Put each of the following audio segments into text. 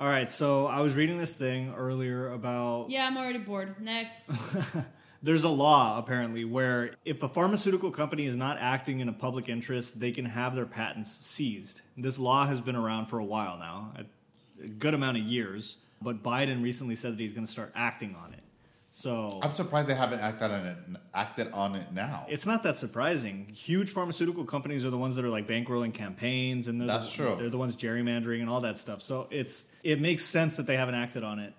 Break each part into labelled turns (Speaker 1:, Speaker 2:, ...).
Speaker 1: right, so I was reading this thing earlier about
Speaker 2: Yeah, I'm already bored. Next.
Speaker 1: there's a law apparently where if a pharmaceutical company is not acting in a public interest, they can have their patents seized. This law has been around for a while now, a a good amount of years, but Biden recently said that he's going to start acting on it. So
Speaker 3: I'm surprised they haven't acted on it. Acted on it now.
Speaker 1: it's not that surprising. Huge pharmaceutical companies are the ones that are like bankrolling campaigns, and they're
Speaker 3: That's
Speaker 1: the,
Speaker 3: true.
Speaker 1: They're the ones gerrymandering and all that stuff. So it's it makes sense that they haven't acted on it.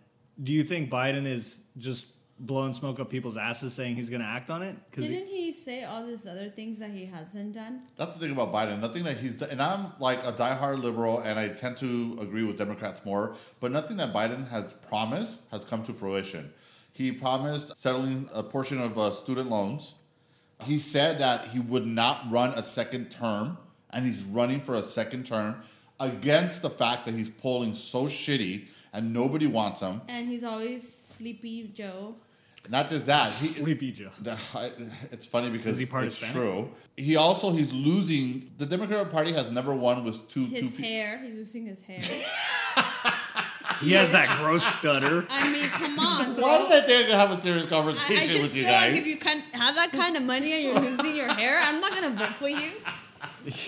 Speaker 1: Do you think Biden is just blowing smoke up people's asses, saying he's going to act on it? Because
Speaker 2: Didn't he say all these other things that he hasn't done?
Speaker 3: That's the thing about Biden. Nothing that he's done, and I'm like a diehard liberal, and I tend to agree with Democrats more. But nothing that Biden has promised has come to fruition. He promised settling a portion of uh, student loans. He said that he would not run a second term, and he's running for a second term against the fact that he's polling so shitty and nobody wants him.
Speaker 2: And he's always sleepy Joe.
Speaker 3: Not just that, he,
Speaker 1: Sleepy Joe.
Speaker 3: It's funny because
Speaker 1: Is he part
Speaker 3: it's
Speaker 1: Hispanic?
Speaker 3: true. He also he's losing. The Democratic Party has never won with two
Speaker 2: His
Speaker 3: two pe-
Speaker 2: hair. He's losing his hair.
Speaker 1: He has that gross stutter.
Speaker 2: I mean, come on, bro.
Speaker 3: One
Speaker 2: I,
Speaker 3: that they're gonna have a serious
Speaker 2: I
Speaker 3: conversation
Speaker 2: just
Speaker 3: with you
Speaker 2: feel
Speaker 3: guys.
Speaker 2: like if you can have that kind of money and you're losing your hair, I'm not gonna vote for you.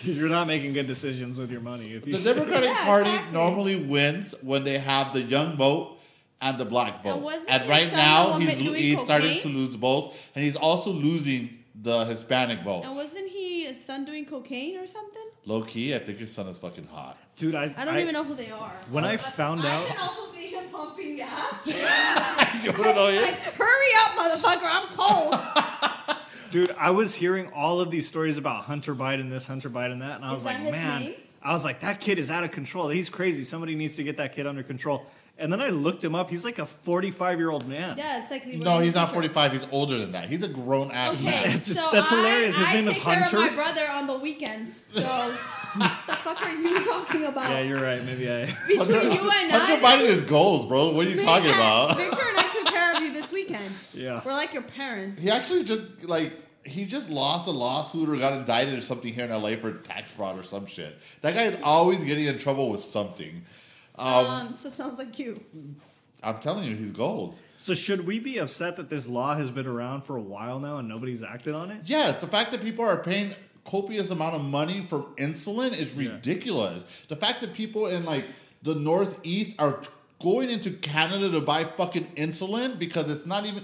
Speaker 1: You're not making good decisions with your money. If you,
Speaker 3: the Democratic
Speaker 2: Yeah,
Speaker 3: Party
Speaker 2: exactly.
Speaker 3: normally wins when they have the young vote and the black vote.
Speaker 2: And wasn't
Speaker 3: And
Speaker 2: he
Speaker 3: right
Speaker 2: some
Speaker 3: now
Speaker 2: woman
Speaker 3: he's, lo-
Speaker 2: doing
Speaker 3: he's starting to
Speaker 2: cocaine?
Speaker 3: lose both, and he's also losing the Hispanic vote.
Speaker 2: And wasn't he son doing cocaine or something?
Speaker 3: Low key, I think his son is fucking hot.
Speaker 1: dude, I,
Speaker 2: I don't even know who they are.
Speaker 1: When I
Speaker 2: But
Speaker 1: found
Speaker 2: I
Speaker 1: out-
Speaker 2: can also see him pumping gas.
Speaker 3: You wanna know
Speaker 2: like,
Speaker 3: it?
Speaker 2: hurry up, motherfucker! I'm cold.
Speaker 1: Dude, I was hearing all of these stories about Hunter Biden, this Hunter Biden, that, and I
Speaker 2: Is
Speaker 1: was
Speaker 2: that
Speaker 1: like,
Speaker 2: his
Speaker 1: man,
Speaker 2: name?
Speaker 1: I was like, that kid is out of control. He's crazy. Somebody needs to get that kid under control. And then I looked him up. He's like a 45 year old man.
Speaker 2: yeah, it's like the-
Speaker 3: No, he's not 45. He's older than that. He's a grown ass man.
Speaker 2: Okay, so
Speaker 1: That's
Speaker 2: I-
Speaker 1: hilarious. His
Speaker 2: I
Speaker 1: name is
Speaker 2: take care of
Speaker 1: Hunter.
Speaker 2: my brother on the weekends. So what the fuck are you talking about?
Speaker 1: Yeah, you're right. Maybe I.
Speaker 2: Between you and
Speaker 3: Hunter
Speaker 2: I,
Speaker 3: Biden is goals, bro. What are you
Speaker 2: Vic-
Speaker 3: talking
Speaker 2: and-
Speaker 3: about?
Speaker 2: Victor and I took care of you this weekend.
Speaker 1: Yeah.
Speaker 2: we're like your parents.
Speaker 3: He actually just like he just lost a lawsuit or got indicted or something here in LA for tax fraud or some shit. That guy is always getting in trouble with something.
Speaker 2: Um, so sounds like you.
Speaker 3: I'm telling you, he's goals.
Speaker 1: So, should we be upset that this law has been around for a while now and nobody's acted on it?
Speaker 3: Yes, the fact that people are paying copious amount of money for insulin is
Speaker 1: Yeah.
Speaker 3: ridiculous. The fact that people in like the Northeast are going into Canada to buy fucking insulin because it's not even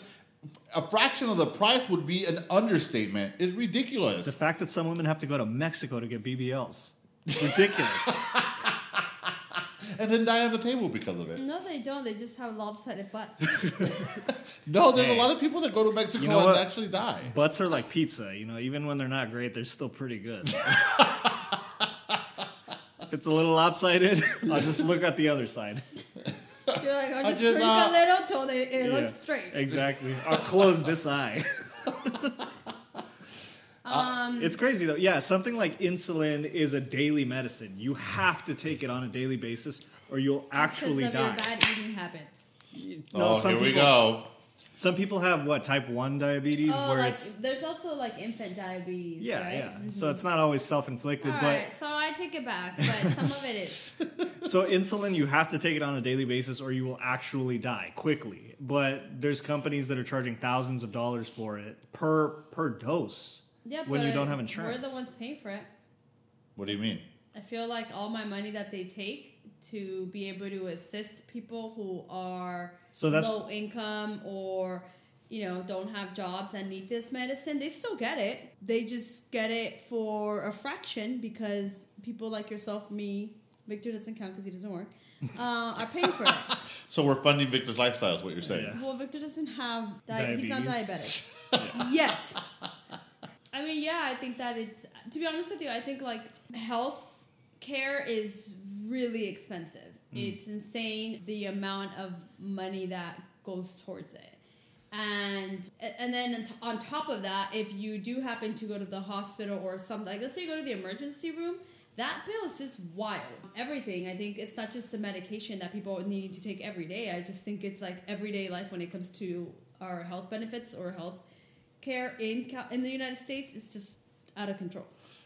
Speaker 3: a fraction of the price would be an understatement is ridiculous.
Speaker 1: The fact that some women have to go to Mexico to get BBLs. It's ridiculous.
Speaker 3: and then die on the table because of it.
Speaker 2: No, they don't. They just have lopsided butt.
Speaker 3: No, there's
Speaker 1: Hey.
Speaker 3: a lot of people that go to Mexico
Speaker 1: You know
Speaker 3: and
Speaker 1: what?
Speaker 3: actually die.
Speaker 1: Butts are like pizza, you know, even when they're not great, they're still pretty good. if it's a little lopsided, I'll just look at the other side.
Speaker 2: You're like, I'll
Speaker 3: I
Speaker 2: just
Speaker 3: just,
Speaker 2: drink
Speaker 3: uh,
Speaker 2: a little till they, it looks
Speaker 1: Yeah,
Speaker 2: straight.
Speaker 1: Exactly. I'll close this eye. Uh,
Speaker 2: Um,
Speaker 1: It's crazy though. Yeah, something like insulin is a daily medicine. You have to take it on a daily basis or you'll
Speaker 2: because
Speaker 1: actually
Speaker 2: of your
Speaker 1: die.
Speaker 2: bad eating habits.
Speaker 1: No,
Speaker 3: oh,
Speaker 1: some
Speaker 3: here we
Speaker 1: people-
Speaker 3: go.
Speaker 1: Some people have what type 1 diabetes
Speaker 2: Oh,
Speaker 1: where
Speaker 2: like
Speaker 1: it's
Speaker 2: there's also like infant diabetes.
Speaker 1: Yeah,
Speaker 2: right? mm-hmm.
Speaker 1: yeah. So it's not always self-inflicted,
Speaker 2: All
Speaker 1: but
Speaker 2: right, so I take it back, but some of it is.
Speaker 1: So insulin, you have to take it on a daily basis, or you will actually die quickly. But there's companies that are charging thousands of dollars for it per per dose.
Speaker 2: Yeah,
Speaker 1: when
Speaker 2: but
Speaker 1: you don't have insurance,
Speaker 2: we're the ones paying for it.
Speaker 3: What do you mean?
Speaker 2: I feel like all my money that they take to be able to assist people who are
Speaker 1: So that's-
Speaker 2: low income or you know don't have jobs and need this medicine, they still get it. They just get it for a fraction because people like yourself, me, Victor doesn't count because he doesn't work, uh, are paying for it.
Speaker 3: So we're funding Victor's lifestyle, is what you're saying.
Speaker 1: Yeah.
Speaker 2: Well, Victor doesn't have di- he's not
Speaker 1: Diabetes.
Speaker 2: diabetic yet. I mean, yeah, I think that it's to be honest with you, I think like health care is really expensive. It's insane the amount of money that goes towards it. And and then on t- on top of that, if you do happen to go to the hospital or something, like let's say you go to the emergency room, that bill is just wild. Everything. I think it's not just the medication that people need to take every day. I just think it's like everyday life when it comes to our health benefits or health care in Cal- in the United States is just out of control.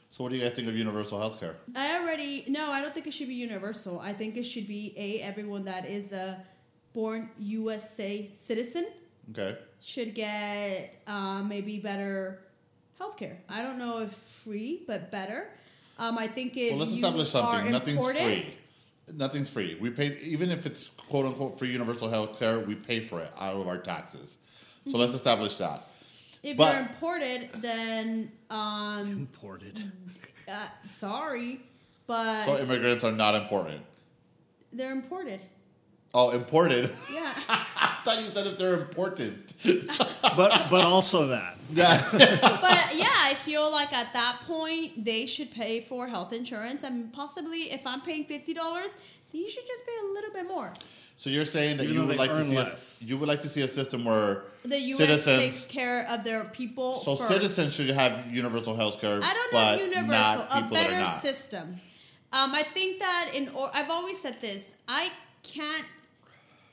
Speaker 3: So, what do you guys think of universal health care?
Speaker 2: I already no. I don't think it should be universal. I think it should be a everyone that is a born USA citizen
Speaker 3: Okay.
Speaker 2: should get uh, maybe better healthcare. I don't know if free, but better. Um, I think if
Speaker 3: Well, let's
Speaker 2: you
Speaker 3: establish
Speaker 2: are
Speaker 3: something. Nothing's
Speaker 2: important,
Speaker 3: free. Nothing's free. We pay, even if it's quote unquote free universal health care, we pay for it out of our taxes. So, let's establish that.
Speaker 2: If
Speaker 3: But-
Speaker 2: you're imported, then um,
Speaker 1: Imported.
Speaker 2: uh, sorry, but
Speaker 3: So, immigrants are not important.
Speaker 2: they're imported.
Speaker 3: Oh, imported.
Speaker 2: Yeah,
Speaker 3: I thought you said if they're important.
Speaker 1: but but also that.
Speaker 2: but yeah, I feel like at that point they should pay for health insurance, and possibly if I'm paying fifty dollars, then you should just pay a little bit more.
Speaker 3: So you're saying that
Speaker 1: Even
Speaker 3: you
Speaker 1: though
Speaker 3: would
Speaker 1: they
Speaker 3: like to
Speaker 1: earn
Speaker 3: see a,
Speaker 1: less.
Speaker 3: you would like to see a system where
Speaker 2: The U.S. takes
Speaker 3: citizens
Speaker 2: care of their people.
Speaker 3: so
Speaker 2: first.
Speaker 3: citizens should have universal health care.
Speaker 2: I don't know
Speaker 3: but
Speaker 2: if universal,
Speaker 3: not
Speaker 2: a
Speaker 3: people that are
Speaker 2: better
Speaker 3: not.
Speaker 2: system. Um, I think that in or I've always said this. I can't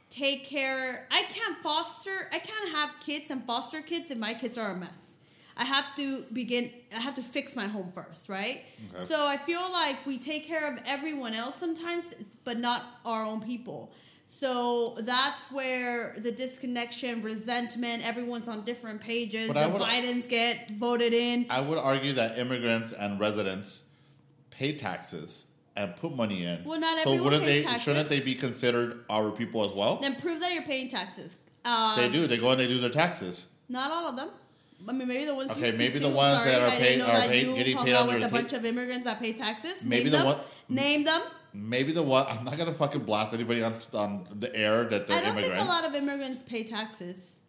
Speaker 2: take care. I can't foster. I can't have kids and foster kids if my kids are a mess. I have to begin. I have to fix my home first, right?
Speaker 3: Okay.
Speaker 2: So I feel like we take care of everyone else sometimes, s- but not our own people. So that's where the disconnection, resentment, everyone's on different pages.
Speaker 3: But I
Speaker 2: the
Speaker 3: would-
Speaker 2: Bidens get voted in.
Speaker 3: I would argue that immigrants and residents pay taxes and put money in.
Speaker 2: Well, not
Speaker 3: so
Speaker 2: everyone
Speaker 3: wouldn't
Speaker 2: pays
Speaker 3: they
Speaker 2: taxes.
Speaker 3: shouldn't they be considered our people as well?
Speaker 2: Then prove that you're paying taxes. Uh,
Speaker 3: they do. They go and they do their taxes.
Speaker 2: Not all of them. I mean, maybe the ones. you
Speaker 3: Okay,
Speaker 2: speak
Speaker 3: maybe
Speaker 2: to,
Speaker 3: the ones
Speaker 2: sorry,
Speaker 3: that are
Speaker 2: I didn't
Speaker 3: paid-
Speaker 2: know
Speaker 3: are
Speaker 2: that
Speaker 3: paid-
Speaker 2: you
Speaker 3: getting
Speaker 2: hung
Speaker 3: paid
Speaker 2: out
Speaker 3: under
Speaker 2: with
Speaker 3: the
Speaker 2: a
Speaker 3: ta-
Speaker 2: bunch of immigrants that pay taxes. Name
Speaker 3: Maybe the
Speaker 2: them.
Speaker 3: one-
Speaker 2: Name them.
Speaker 3: Maybe the one I'm not gonna fucking blast anybody on, on the air that they're
Speaker 2: I don't
Speaker 3: immigrants.
Speaker 2: think a lot of immigrants pay taxes.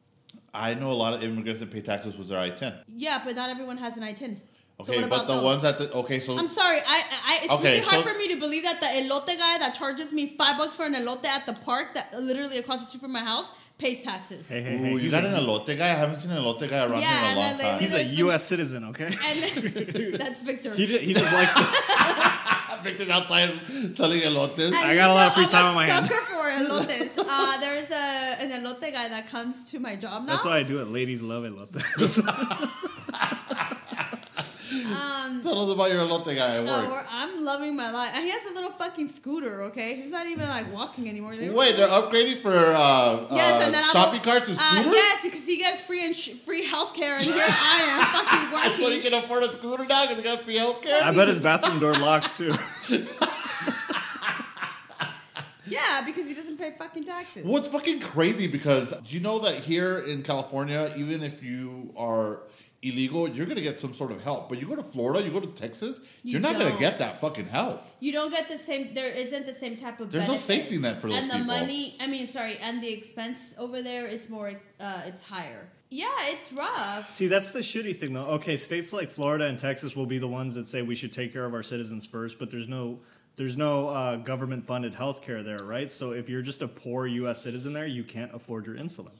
Speaker 3: I know a lot of immigrants that pay taxes with their I-10.
Speaker 2: Yeah, but not everyone has an I-10. so
Speaker 3: Okay,
Speaker 2: what
Speaker 3: but
Speaker 2: about
Speaker 3: the
Speaker 2: those?
Speaker 3: ones that the, okay, so
Speaker 2: I'm sorry. I, I I- it's
Speaker 3: Okay,
Speaker 2: really hard
Speaker 3: so-
Speaker 2: for me to believe that the elote guy that charges me five bucks for an elote at the park that literally across the street from my house pays taxes.
Speaker 1: Hey, hey, hey.
Speaker 3: Ooh, you
Speaker 1: he's
Speaker 3: got
Speaker 1: a-
Speaker 3: an elote guy? I haven't seen an elote guy around
Speaker 2: Yeah,
Speaker 3: here in a long
Speaker 2: and then
Speaker 3: time.
Speaker 2: they-
Speaker 1: He's a U.S. citizen, okay?
Speaker 2: And that's Victor.
Speaker 1: He just, he just likes to.
Speaker 3: I've been out time selling elotes.
Speaker 1: I got a lot of free
Speaker 2: I'm
Speaker 1: time on my hand.
Speaker 2: Sucker for elotes. Uh, there is a an elote guy that comes to my job now.
Speaker 1: That's why I do it. Ladies love it. Love that.
Speaker 3: Tell us about your elote guy at
Speaker 2: No,
Speaker 3: work.
Speaker 2: we're- I'm loving my life. And he has a little fucking scooter. Okay, he's not even like walking anymore. They-
Speaker 3: Wait, they're upgrading for uh,
Speaker 2: Yes,
Speaker 3: uh,
Speaker 2: and then I'm-
Speaker 3: shopping carts to scooters?
Speaker 2: Uh, yes, because he gets free and free healthcare, and here I am fucking
Speaker 3: So you
Speaker 2: working.
Speaker 3: can afford a scooter now because you got free
Speaker 1: I
Speaker 3: healthcare?
Speaker 1: bet his bathroom door locks too.
Speaker 2: Yeah, because he doesn't pay fucking taxes.
Speaker 3: What's fucking crazy because you know that here in California, even if you are illegal, you're going to get some sort of help. But you go to Florida, you go to Texas,
Speaker 2: You
Speaker 3: you are not going to
Speaker 2: don't.
Speaker 3: get that fucking help.
Speaker 1: Mm-hmm.
Speaker 2: You don't get the same. There isn't the same type of.
Speaker 3: There's no
Speaker 2: benefits.
Speaker 3: safety net for those
Speaker 2: And the
Speaker 3: people.
Speaker 2: money, I mean, sorry, and the expense over there is more. Uh, it's higher. Yeah, it's rough.
Speaker 1: See, that's the shitty thing, though. Okay, states like Florida and Texas will be the ones that say we should take care of our citizens first, but there's no there's no uh, government funded health care there, right? So if you're just a poor U.S. citizen there, you can't afford your insulin.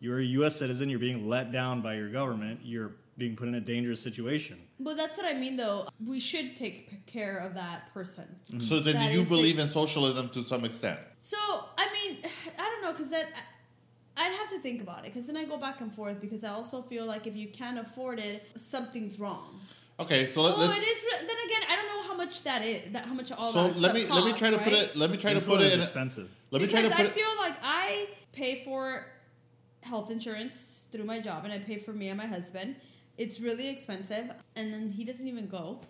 Speaker 1: You're a U.S. citizen. You're being let down by your government. You're being put in a dangerous situation.
Speaker 2: But that's what I mean, though. We should take p- care of that person.
Speaker 3: So then
Speaker 2: That
Speaker 3: you
Speaker 2: is
Speaker 3: believe in socialism to some extent.
Speaker 2: So I mean, I don't know, because that I'd have to think about it, because then I go back and forth, because I also feel like if you can't afford it, something's wrong.
Speaker 3: Okay, so let,
Speaker 2: oh,
Speaker 3: let's
Speaker 2: it is. re- Then again, I don't know how much that is. That how much all
Speaker 3: so
Speaker 2: that
Speaker 3: let
Speaker 2: stuff
Speaker 3: me let me
Speaker 2: costs,
Speaker 3: try to put
Speaker 2: right?
Speaker 3: it let me try to
Speaker 1: Insulin
Speaker 3: put
Speaker 1: is
Speaker 3: it in
Speaker 1: expensive.
Speaker 3: let me try
Speaker 2: because
Speaker 3: to put
Speaker 2: I
Speaker 3: it,
Speaker 2: feel like I pay for health insurance through my job, and I pay for me and my husband. It's really expensive, and then he doesn't even go.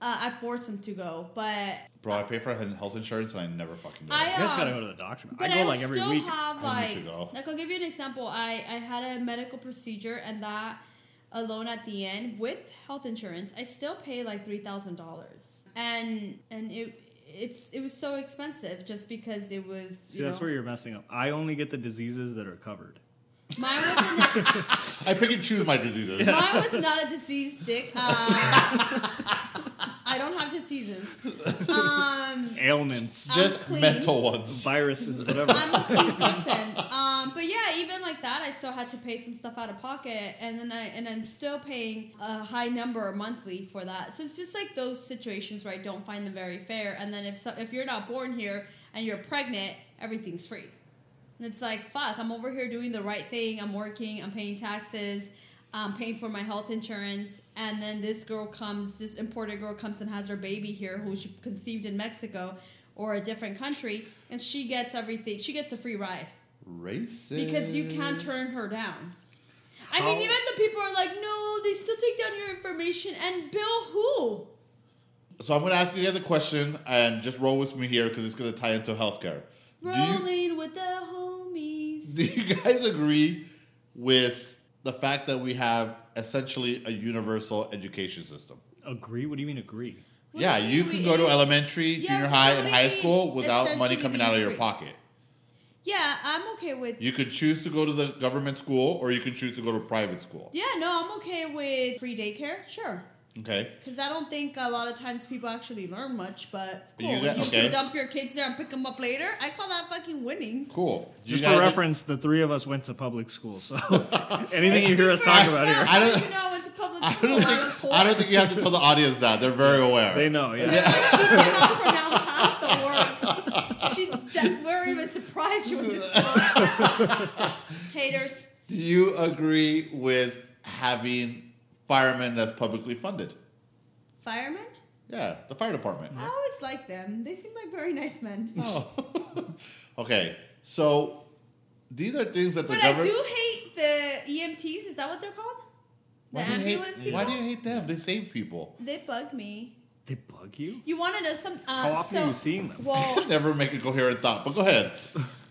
Speaker 2: Uh, I force him to go, but
Speaker 3: bro I pay for health insurance and I never fucking do
Speaker 2: I,
Speaker 3: it.
Speaker 1: You guys
Speaker 2: um,
Speaker 1: gotta go to the doctor. I
Speaker 2: But
Speaker 1: go
Speaker 2: will
Speaker 1: like every
Speaker 2: still
Speaker 1: week.
Speaker 2: Have,
Speaker 3: I need
Speaker 2: like,
Speaker 3: to go.
Speaker 2: like I'll give you an example. I I had a medical procedure and that alone at the end with health insurance, I still pay like three thousand dollars, and and it it's it was so expensive just because it was.
Speaker 1: See,
Speaker 2: you
Speaker 1: that's
Speaker 2: know,
Speaker 1: where you're messing up. I only get the diseases that are covered.
Speaker 2: mine was not,
Speaker 3: I pick and choose my diseases.
Speaker 2: mine was not a disease, Dick. Uh, I don't have diseases. Um,
Speaker 1: Ailments,
Speaker 2: I'm
Speaker 3: Just
Speaker 2: clean.
Speaker 3: mental ones.
Speaker 1: viruses, whatever.
Speaker 2: I'm a clean person. Um, but yeah, even like that, I still had to pay some stuff out of pocket, and then I and I'm still paying a high number monthly for that. So it's just like those situations where I don't find them very fair. And then if so, if you're not born here and you're pregnant, everything's free. And it's like fuck, I'm over here doing the right thing. I'm working. I'm paying taxes. um, paying for my health insurance. And then this girl comes, this imported girl comes and has her baby here, who she conceived in Mexico or a different country, and she gets everything. She gets a free ride
Speaker 3: Racist.
Speaker 2: because you can't turn her down. I mean,
Speaker 1: How-
Speaker 2: even the people are like, no, they still take down your information and bill who?
Speaker 3: So I'm going to ask you guys a question and just roll with me here because it's going to tie into healthcare. Do you,
Speaker 2: Rolling with the homies.
Speaker 3: do you guys agree with the fact that we have essentially a universal education system?
Speaker 1: Agree? What do you mean agree?
Speaker 2: What
Speaker 3: yeah,
Speaker 2: do
Speaker 3: you
Speaker 2: mean
Speaker 3: can
Speaker 2: we-
Speaker 3: go to
Speaker 2: it's-
Speaker 3: elementary,
Speaker 2: yeah,
Speaker 3: junior
Speaker 2: so
Speaker 3: high,
Speaker 2: what
Speaker 3: and
Speaker 2: do
Speaker 3: high
Speaker 2: you mean
Speaker 3: school without money
Speaker 2: essentially
Speaker 3: coming
Speaker 2: being
Speaker 3: out of your
Speaker 2: free?
Speaker 3: pocket.
Speaker 2: Yeah, I'm okay with.
Speaker 3: You could choose to go to the government school or you can choose to go to private school.
Speaker 2: Yeah, no, I'm okay with free daycare. Sure.
Speaker 3: Okay.
Speaker 2: Because I don't think a lot of times people actually learn much, but
Speaker 3: You
Speaker 2: cool. You,
Speaker 3: got-
Speaker 2: can
Speaker 3: okay.
Speaker 2: dump your kids there and pick them up later. I call that fucking winning.
Speaker 3: Cool. You
Speaker 1: Just
Speaker 3: guys-
Speaker 1: for reference, the three of us went to public school, so anything you hear us
Speaker 2: For
Speaker 1: talk about here,
Speaker 2: ourselves,
Speaker 3: I don't-
Speaker 2: you know, it's a public
Speaker 3: I
Speaker 2: school.
Speaker 3: don't think I don't think you have to tell the audience that. They're very aware.
Speaker 1: they know. Yeah.
Speaker 2: She cannot pronounce half the words. She, de- we're even surprised she would just. Haters.
Speaker 3: Do you agree with having firemen that's publicly funded?
Speaker 2: Firemen?
Speaker 3: Yeah, the fire department.
Speaker 2: I always like them. They seem like very nice men.
Speaker 3: Oh. okay, so these are things that the
Speaker 2: But I
Speaker 3: government.
Speaker 2: do hate the EMTs. Is that what they're called? The
Speaker 3: why, do you
Speaker 2: ambulance
Speaker 3: hate,
Speaker 2: people.
Speaker 3: why do you hate them? They save people.
Speaker 2: They bug me.
Speaker 1: They bug you.
Speaker 2: You want to know some? Uh,
Speaker 1: How often
Speaker 2: so,
Speaker 1: are you seeing them?
Speaker 2: Well,
Speaker 3: Never make a coherent thought, but go ahead.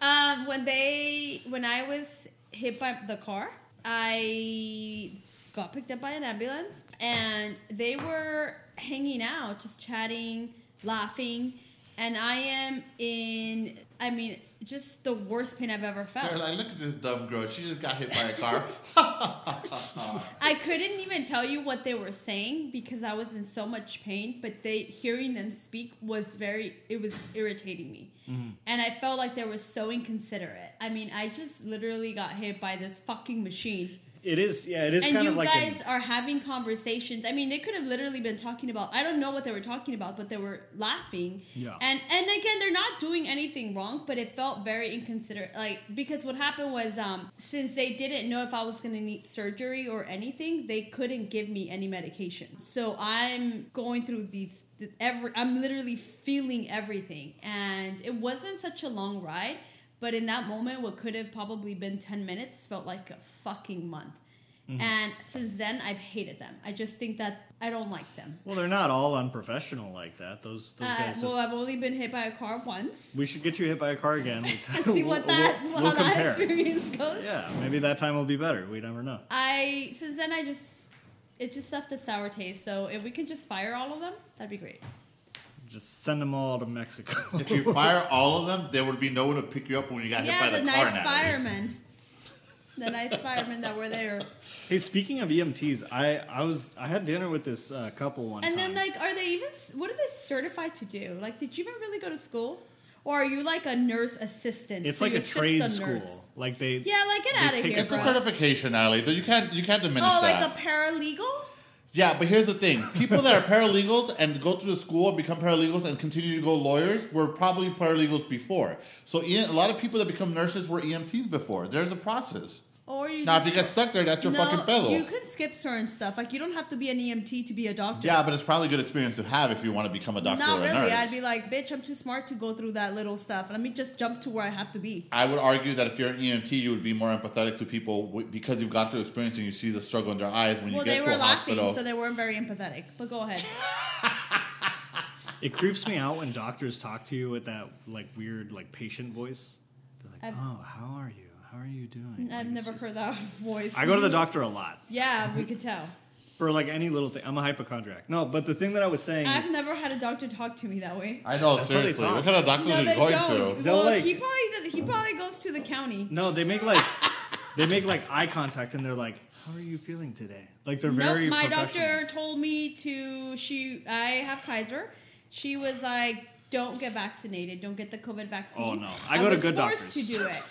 Speaker 2: um, when they, when I was hit by the car, I got picked up by an ambulance, and they were hanging out, just chatting, laughing, and I am in. I mean, just the worst pain I've ever felt.
Speaker 3: look at this dumb girl. She just got hit by a car.
Speaker 2: I couldn't even tell you what they were saying because I was in so much pain, but they hearing them speak was very it was irritating me.
Speaker 1: Mm-hmm.
Speaker 2: And I felt like they were so inconsiderate. I mean, I just literally got hit by this fucking machine.
Speaker 1: It is. Yeah. It is
Speaker 2: and
Speaker 1: kind
Speaker 2: you
Speaker 1: of like. a-
Speaker 2: guys are having conversations. I mean, they could have literally been talking about I don't know what they were talking about, but they were laughing.
Speaker 1: Yeah.
Speaker 2: And and again, they're not doing anything wrong, but it felt very inconsiderate. Like because what happened was um since they didn't know if I was going to need surgery or anything, they couldn't give me any medication. So I'm going through these th- every I'm literally feeling everything. And it wasn't such a long ride, but in that moment what could have probably been 10 minutes felt like a fucking month.
Speaker 1: Mm-hmm.
Speaker 2: And since then, I've hated them. I just think that I don't like them.
Speaker 1: well, they're not all unprofessional like that. Those, those
Speaker 2: Uh,
Speaker 1: guys.
Speaker 2: well,
Speaker 1: just,
Speaker 2: I've only been hit by a car once.
Speaker 1: we should get you hit by a car again.
Speaker 2: Let's see what that
Speaker 1: we'll-
Speaker 2: how
Speaker 1: we'll
Speaker 2: that
Speaker 1: compare.
Speaker 2: experience goes.
Speaker 1: Yeah. Maybe that time will be better. We never know.
Speaker 2: I since then I just it just left a sour taste. So if we can just fire all of them, that'd be great.
Speaker 1: Just send them all to Mexico.
Speaker 3: if you fire all of them, there would be no one to pick you up when you got
Speaker 2: yeah,
Speaker 3: hit by
Speaker 2: the
Speaker 3: the, car.
Speaker 2: nice
Speaker 3: now.
Speaker 2: firemen, the nice firemen that were there.
Speaker 1: hey, speaking of EMTs, I I was I had dinner with this uh, couple one
Speaker 2: And
Speaker 1: time.
Speaker 2: then like, are they even? What are they certified to do? Like, did you even really go to school, or are you like a nurse assistant?
Speaker 1: it's
Speaker 2: So
Speaker 1: like a
Speaker 2: you assist
Speaker 1: trade
Speaker 2: the
Speaker 1: school.
Speaker 2: nurse?
Speaker 1: Like they.
Speaker 2: Yeah, like get
Speaker 1: They
Speaker 2: out of
Speaker 1: take
Speaker 2: here.
Speaker 1: it
Speaker 3: It's a
Speaker 2: bro.
Speaker 3: certification, Ali. You can't you can't diminish
Speaker 2: Oh,
Speaker 3: that.
Speaker 2: like a paralegal?
Speaker 3: Yeah, but here's the thing: people that are paralegals and go through the school and become paralegals and continue to go lawyers were probably paralegals before. So E- a lot of people that become nurses were EMTs before. There's a process.
Speaker 2: Or you
Speaker 3: Now, if
Speaker 2: just,
Speaker 3: you get stuck there, that's your
Speaker 2: no,
Speaker 3: fucking pedal.
Speaker 2: You could skip certain stuff. Like you don't have to be an EMT to be a doctor.
Speaker 3: yeah, but it's probably a good experience to have if you want to become a doctor
Speaker 2: Not
Speaker 3: or a
Speaker 2: really.
Speaker 3: nurse.
Speaker 2: I'd be like, bitch, I'm too smart to go through that little stuff. Let me just jump to where I have to be.
Speaker 3: I would argue that if you're an EMT, you would be more empathetic to people w- because you've got the experience and you see the struggle in their eyes when
Speaker 2: well,
Speaker 3: you get
Speaker 2: they
Speaker 3: to
Speaker 2: were
Speaker 3: a
Speaker 2: laughing,
Speaker 3: hospital.
Speaker 2: so they weren't very empathetic. But go ahead.
Speaker 1: It creeps me out when doctors talk to you with that like weird like patient voice. They're like,
Speaker 2: I've-
Speaker 1: "Oh, how are you? How are you doing?" Like,
Speaker 2: I've
Speaker 1: it's
Speaker 2: never
Speaker 1: just-
Speaker 2: heard that voice.
Speaker 1: I go to the doctor a lot
Speaker 2: Yeah, we could tell.
Speaker 1: for like any little thing. I'm a hypochondriac. No, but the thing that I was saying is,
Speaker 2: I've never had a doctor talk to me that way.
Speaker 3: I know,
Speaker 1: That's how they
Speaker 3: seriously.
Speaker 1: talk.
Speaker 3: What kind of doctors
Speaker 2: No,
Speaker 3: are
Speaker 2: they
Speaker 3: you going
Speaker 2: don't.
Speaker 3: to?
Speaker 1: They'll,
Speaker 2: Well,
Speaker 1: like-
Speaker 2: he probably does. He probably goes to the county.
Speaker 1: no, they make like they make like eye contact and they're like, "How are you feeling today?" Like they're
Speaker 2: No,
Speaker 1: very.
Speaker 2: my
Speaker 1: professional.
Speaker 2: doctor told me to. She, I have Kaiser. She was like, "Don't get vaccinated. Don't get the COVID vaccine."
Speaker 1: Oh, no. I go to
Speaker 2: was
Speaker 1: good
Speaker 2: forced
Speaker 1: doctors.
Speaker 2: to do it.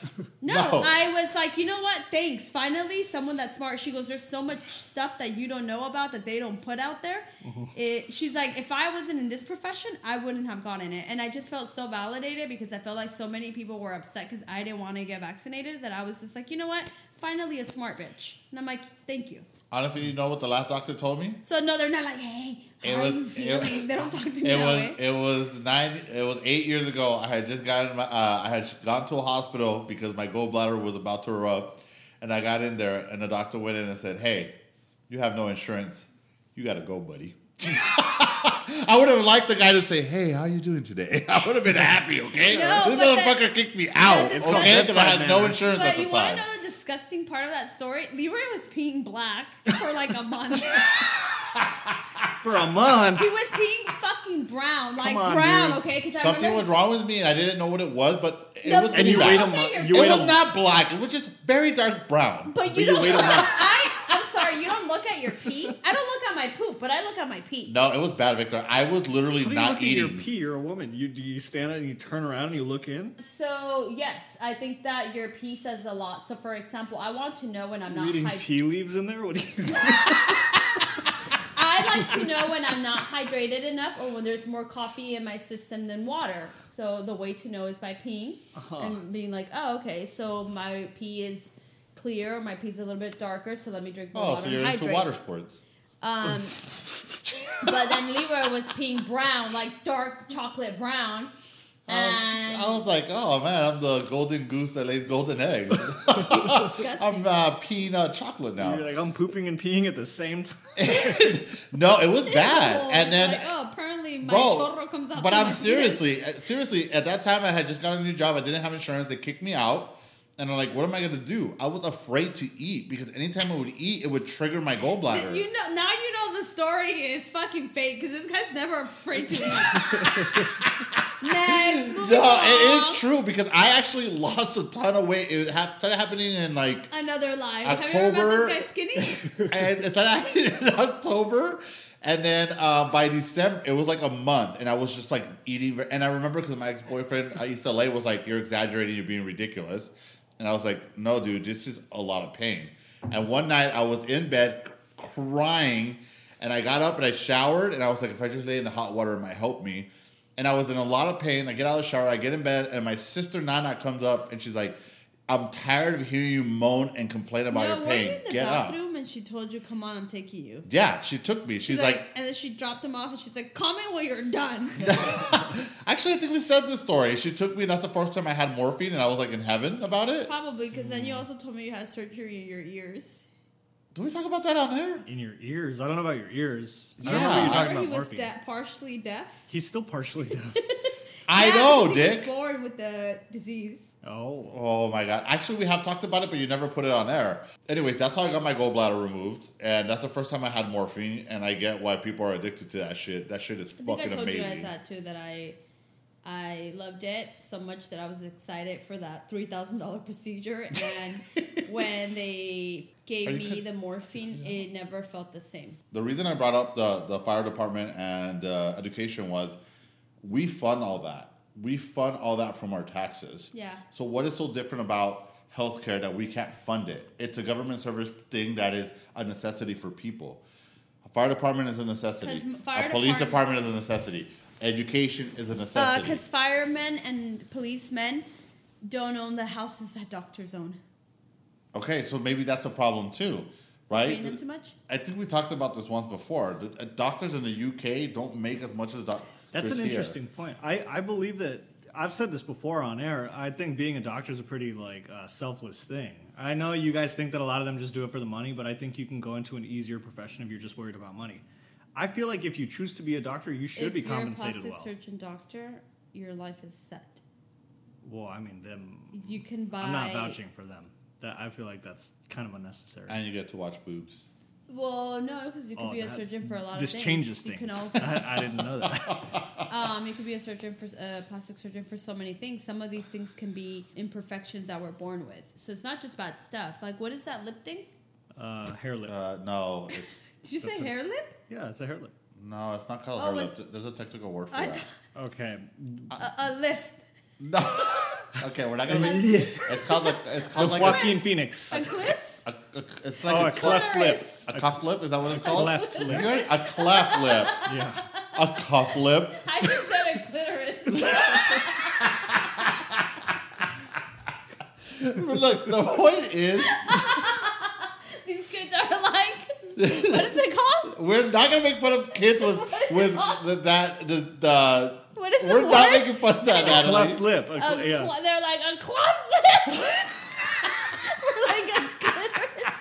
Speaker 2: No,
Speaker 3: No.
Speaker 2: I was like, you know what? Thanks. Finally, someone that's smart. She goes, "There's so much stuff that you don't know about that they don't put out there."
Speaker 1: Uh-huh.
Speaker 2: It, she's like, "If I wasn't in this profession, I wouldn't have gone in it." And I just felt so validated because I felt like so many people were upset because I didn't want to get vaccinated. That I was just like, you know what? Finally, a smart bitch. And I'm like, thank you.
Speaker 3: Honestly, you know what the last doctor told me?
Speaker 2: So no, they're not like, hey,
Speaker 3: It
Speaker 2: how are
Speaker 3: was-
Speaker 2: you
Speaker 3: it-
Speaker 2: feeling? they don't talk to me
Speaker 3: It
Speaker 2: that
Speaker 3: was
Speaker 2: way.
Speaker 3: it was nine it was eight years ago. I had just gotten my uh, I had gone to a hospital because my gallbladder was about to erupt, and I got in there and the doctor went in and said, "Hey, you have no insurance. You got to go, buddy." I would have liked the guy to say, "Hey, how you doing today?" I would have been happy, okay?
Speaker 2: No,
Speaker 3: this
Speaker 2: but
Speaker 3: motherfucker
Speaker 2: that-
Speaker 3: kicked me out,
Speaker 2: that's
Speaker 3: okay?
Speaker 1: disgusting.
Speaker 3: Because I had no insurance
Speaker 2: But
Speaker 3: at the
Speaker 2: you want
Speaker 3: time.
Speaker 2: to know the disgusting part of that story? Leroy was peeing black for like a month.
Speaker 1: For a month.
Speaker 2: he was peeing fucking brown, like
Speaker 1: on,
Speaker 2: brown,
Speaker 1: dude.
Speaker 2: okay? Because I
Speaker 3: Something
Speaker 2: remember
Speaker 3: was wrong with me, and I didn't know what it was, but it
Speaker 2: No,
Speaker 3: was
Speaker 2: but
Speaker 1: And
Speaker 3: pretty
Speaker 1: you
Speaker 2: Don't
Speaker 1: wait
Speaker 3: bad.
Speaker 1: a
Speaker 2: think
Speaker 1: month.
Speaker 2: you're-
Speaker 1: You
Speaker 3: it
Speaker 1: wait a
Speaker 3: was
Speaker 1: month.
Speaker 3: not black. It was just very dark brown.
Speaker 2: But you
Speaker 1: you
Speaker 2: don't.
Speaker 1: wait a month.
Speaker 2: I, I'm sorry. You don't look at your pee. I don't look at my poop, but I look at my pee.
Speaker 3: No, it was bad, Victor. I was literally
Speaker 1: How do you
Speaker 3: not
Speaker 1: look at your
Speaker 3: eating.
Speaker 1: pee? You're a woman. You do you stand up and you turn around and you look in?
Speaker 2: So yes, I think that your pee says a lot. So for example, I want to know when I'm not
Speaker 1: Reading
Speaker 2: hydrated.
Speaker 1: tea leaves in there? What do you
Speaker 2: I like to know when I'm not hydrated enough or when there's more coffee in my system than water. So the way to know is by peeing
Speaker 3: Uh-huh.
Speaker 2: and being like, oh, okay, so my pee is clear or my pee's a little bit darker, so let me drink more
Speaker 3: Oh,
Speaker 2: water
Speaker 3: so you're
Speaker 2: and
Speaker 3: into
Speaker 2: hydrate.
Speaker 3: water sports.
Speaker 2: Um, but then Leroy was peeing brown, like dark chocolate brown.
Speaker 3: I was-
Speaker 2: And
Speaker 3: I was like, oh man, I'm the golden goose that lays golden eggs.
Speaker 2: it's disgusting.
Speaker 3: I'm uh, peanut chocolate now.
Speaker 1: You're like, I'm pooping and peeing at the same time.
Speaker 3: no, it was
Speaker 2: Ew,
Speaker 3: bad.
Speaker 2: it's
Speaker 3: and then
Speaker 2: like, oh, apparently my
Speaker 3: bro,
Speaker 2: chorro comes out.
Speaker 3: but
Speaker 2: through
Speaker 3: I'm
Speaker 2: my penis."
Speaker 3: seriously, uh, seriously, at that time I had just got a new job. I didn't have insurance. They kicked me out. And I'm like, what am I going to do? I was afraid to eat because anytime I would eat, it would trigger my gallbladder.
Speaker 2: You know, now you know the story is fucking fake because this guy's never afraid to eat. Next, moving
Speaker 3: No, it
Speaker 2: along.
Speaker 3: is true because I actually lost a ton of weight. It hap- started happening in like,
Speaker 2: Another lie. Have you ever met
Speaker 3: October-
Speaker 2: this guy skinny?
Speaker 3: and it started happening in October. And then uh, by December, it was like a month, and I was just like eating. ver- And I remember because my ex boyfriend I used to lay was like, "You're exaggerating. You're being ridiculous." And I was like, "No, dude, this is a lot of pain." And one night I was in bed c- crying, and I got up and I showered, and I was like, "If I just lay in the hot water, it might help me." And I was in a lot of pain. I get out of the shower, I get in bed, and my sister Nana comes up, and she's like, "I'm tired of hearing you moan and complain about
Speaker 2: no,
Speaker 3: your
Speaker 2: were you
Speaker 3: pain.
Speaker 2: in the
Speaker 3: Get up."
Speaker 2: bathroom and she told you, "Come on, I'm taking you."
Speaker 3: Yeah, she took me. She's, like,
Speaker 2: and then she dropped him off, and she's like, "Comment when you're done."
Speaker 3: actually, I think we said this story. She took me. That's the first time I had morphine, and I was like in heaven about it.
Speaker 2: Probably because then you also told me you had surgery in your ears.
Speaker 3: Did we talk about that on air?
Speaker 1: In your ears. I don't know about your ears. I
Speaker 3: Yeah.
Speaker 1: don't remember you talking about
Speaker 2: Remember he was
Speaker 1: morphine.
Speaker 2: de- partially deaf.
Speaker 1: He's still partially deaf.
Speaker 3: I
Speaker 2: Yeah,
Speaker 3: know,
Speaker 2: because He
Speaker 3: Dick.
Speaker 2: was born with the disease.
Speaker 1: Oh.
Speaker 3: Oh my god! Actually, we have talked about it, but you never put it on air. Anyway, that's how I got my gallbladder removed, and that's the first time I had morphine. And I get why people are addicted to that shit. That shit is
Speaker 2: I think I
Speaker 3: fucking
Speaker 2: told you guys
Speaker 3: amazing.
Speaker 2: that too. That I, I loved it so much that I was excited for that three thousand dollar procedure. And when they gave
Speaker 3: Are you
Speaker 2: me
Speaker 3: cut-
Speaker 2: the morphine, it never felt the same.
Speaker 3: The reason I brought up the, the fire department and uh, education was we fund all that. We fund all that from our taxes.
Speaker 2: Yeah.
Speaker 3: So what is so different about healthcare that we can't fund it? It's a government service thing that is a necessity for people. A fire department is a
Speaker 2: 'Cause
Speaker 3: necessity.
Speaker 2: m- fire
Speaker 3: a police
Speaker 2: depart- Uh,
Speaker 3: department is a necessity. Education is a necessity.
Speaker 2: Because firemen and policemen don't own the houses that doctors own.
Speaker 3: okay, so maybe that's a problem too, right?
Speaker 2: Paying them too much.
Speaker 3: I think we talked about this once before. The- uh, doctors in the UK don't make as much as doctors.
Speaker 1: That's an
Speaker 3: here.
Speaker 1: interesting point. I, I believe that I've said this before on air. I think being a doctor is a pretty like uh, selfless thing. I know you guys think that a lot of them just do it for the money, but I think you can go into an easier profession if you're just worried about money. I feel like if you choose to be a doctor, you should
Speaker 2: if
Speaker 1: be
Speaker 2: you're a
Speaker 1: compensated
Speaker 2: plastic
Speaker 1: well.
Speaker 2: surgeon doctor, your life is set.
Speaker 1: Well, I mean, them.
Speaker 2: You can buy.
Speaker 1: I'm not vouching for them. That I feel like that's kind of unnecessary.
Speaker 3: And you get to watch boobs.
Speaker 2: Well, no, because you could
Speaker 1: Oh,
Speaker 2: be a
Speaker 1: that-
Speaker 2: surgeon for a lot
Speaker 1: this
Speaker 2: of things.
Speaker 1: changes
Speaker 2: You
Speaker 1: things.
Speaker 2: can also
Speaker 1: I, I didn't know that.
Speaker 2: Um, you could be a surgeon for a plastic surgeon for so many things. Some of these things can be imperfections that we're born with. So it's not just bad stuff. Like what is that lip thing?
Speaker 1: Uh, hair lip.
Speaker 3: Uh, no, it's
Speaker 2: Did you say
Speaker 1: That's a-
Speaker 2: hair lip?
Speaker 1: yeah, it's a hair lip.
Speaker 3: no, it's not called
Speaker 2: Oh,
Speaker 3: hair
Speaker 2: it's-
Speaker 3: lift. There's a technical word for
Speaker 2: I-
Speaker 3: that.
Speaker 1: Okay.
Speaker 2: A, a lift.
Speaker 3: No. okay, we're not gonna. Make,
Speaker 1: Yeah.
Speaker 3: it's called like it's
Speaker 1: The
Speaker 3: called like a,
Speaker 1: Joaquin Phoenix.
Speaker 2: A cliff?
Speaker 3: a, a- it's
Speaker 1: Oh,
Speaker 3: like
Speaker 1: a
Speaker 3: a cleft lip.
Speaker 2: clitoris.
Speaker 3: A cuff lip is that what it's called?
Speaker 1: Left
Speaker 3: You
Speaker 1: lip.
Speaker 3: heard? A cleft lip.
Speaker 1: Yeah.
Speaker 3: A cuff lip.
Speaker 2: I just said a clitoris.
Speaker 3: But look, the point is
Speaker 2: These kids are like What is it called?
Speaker 3: We're not gonna make fun of kids with with the, that the, the
Speaker 2: What is
Speaker 3: we're
Speaker 2: the
Speaker 3: not
Speaker 2: word?
Speaker 3: making fun of that,
Speaker 1: A
Speaker 3: Natalie.
Speaker 1: cleft lip. A
Speaker 2: A
Speaker 1: cl- yeah.
Speaker 2: cl- they're like a cleft lip. We're like a clitoris.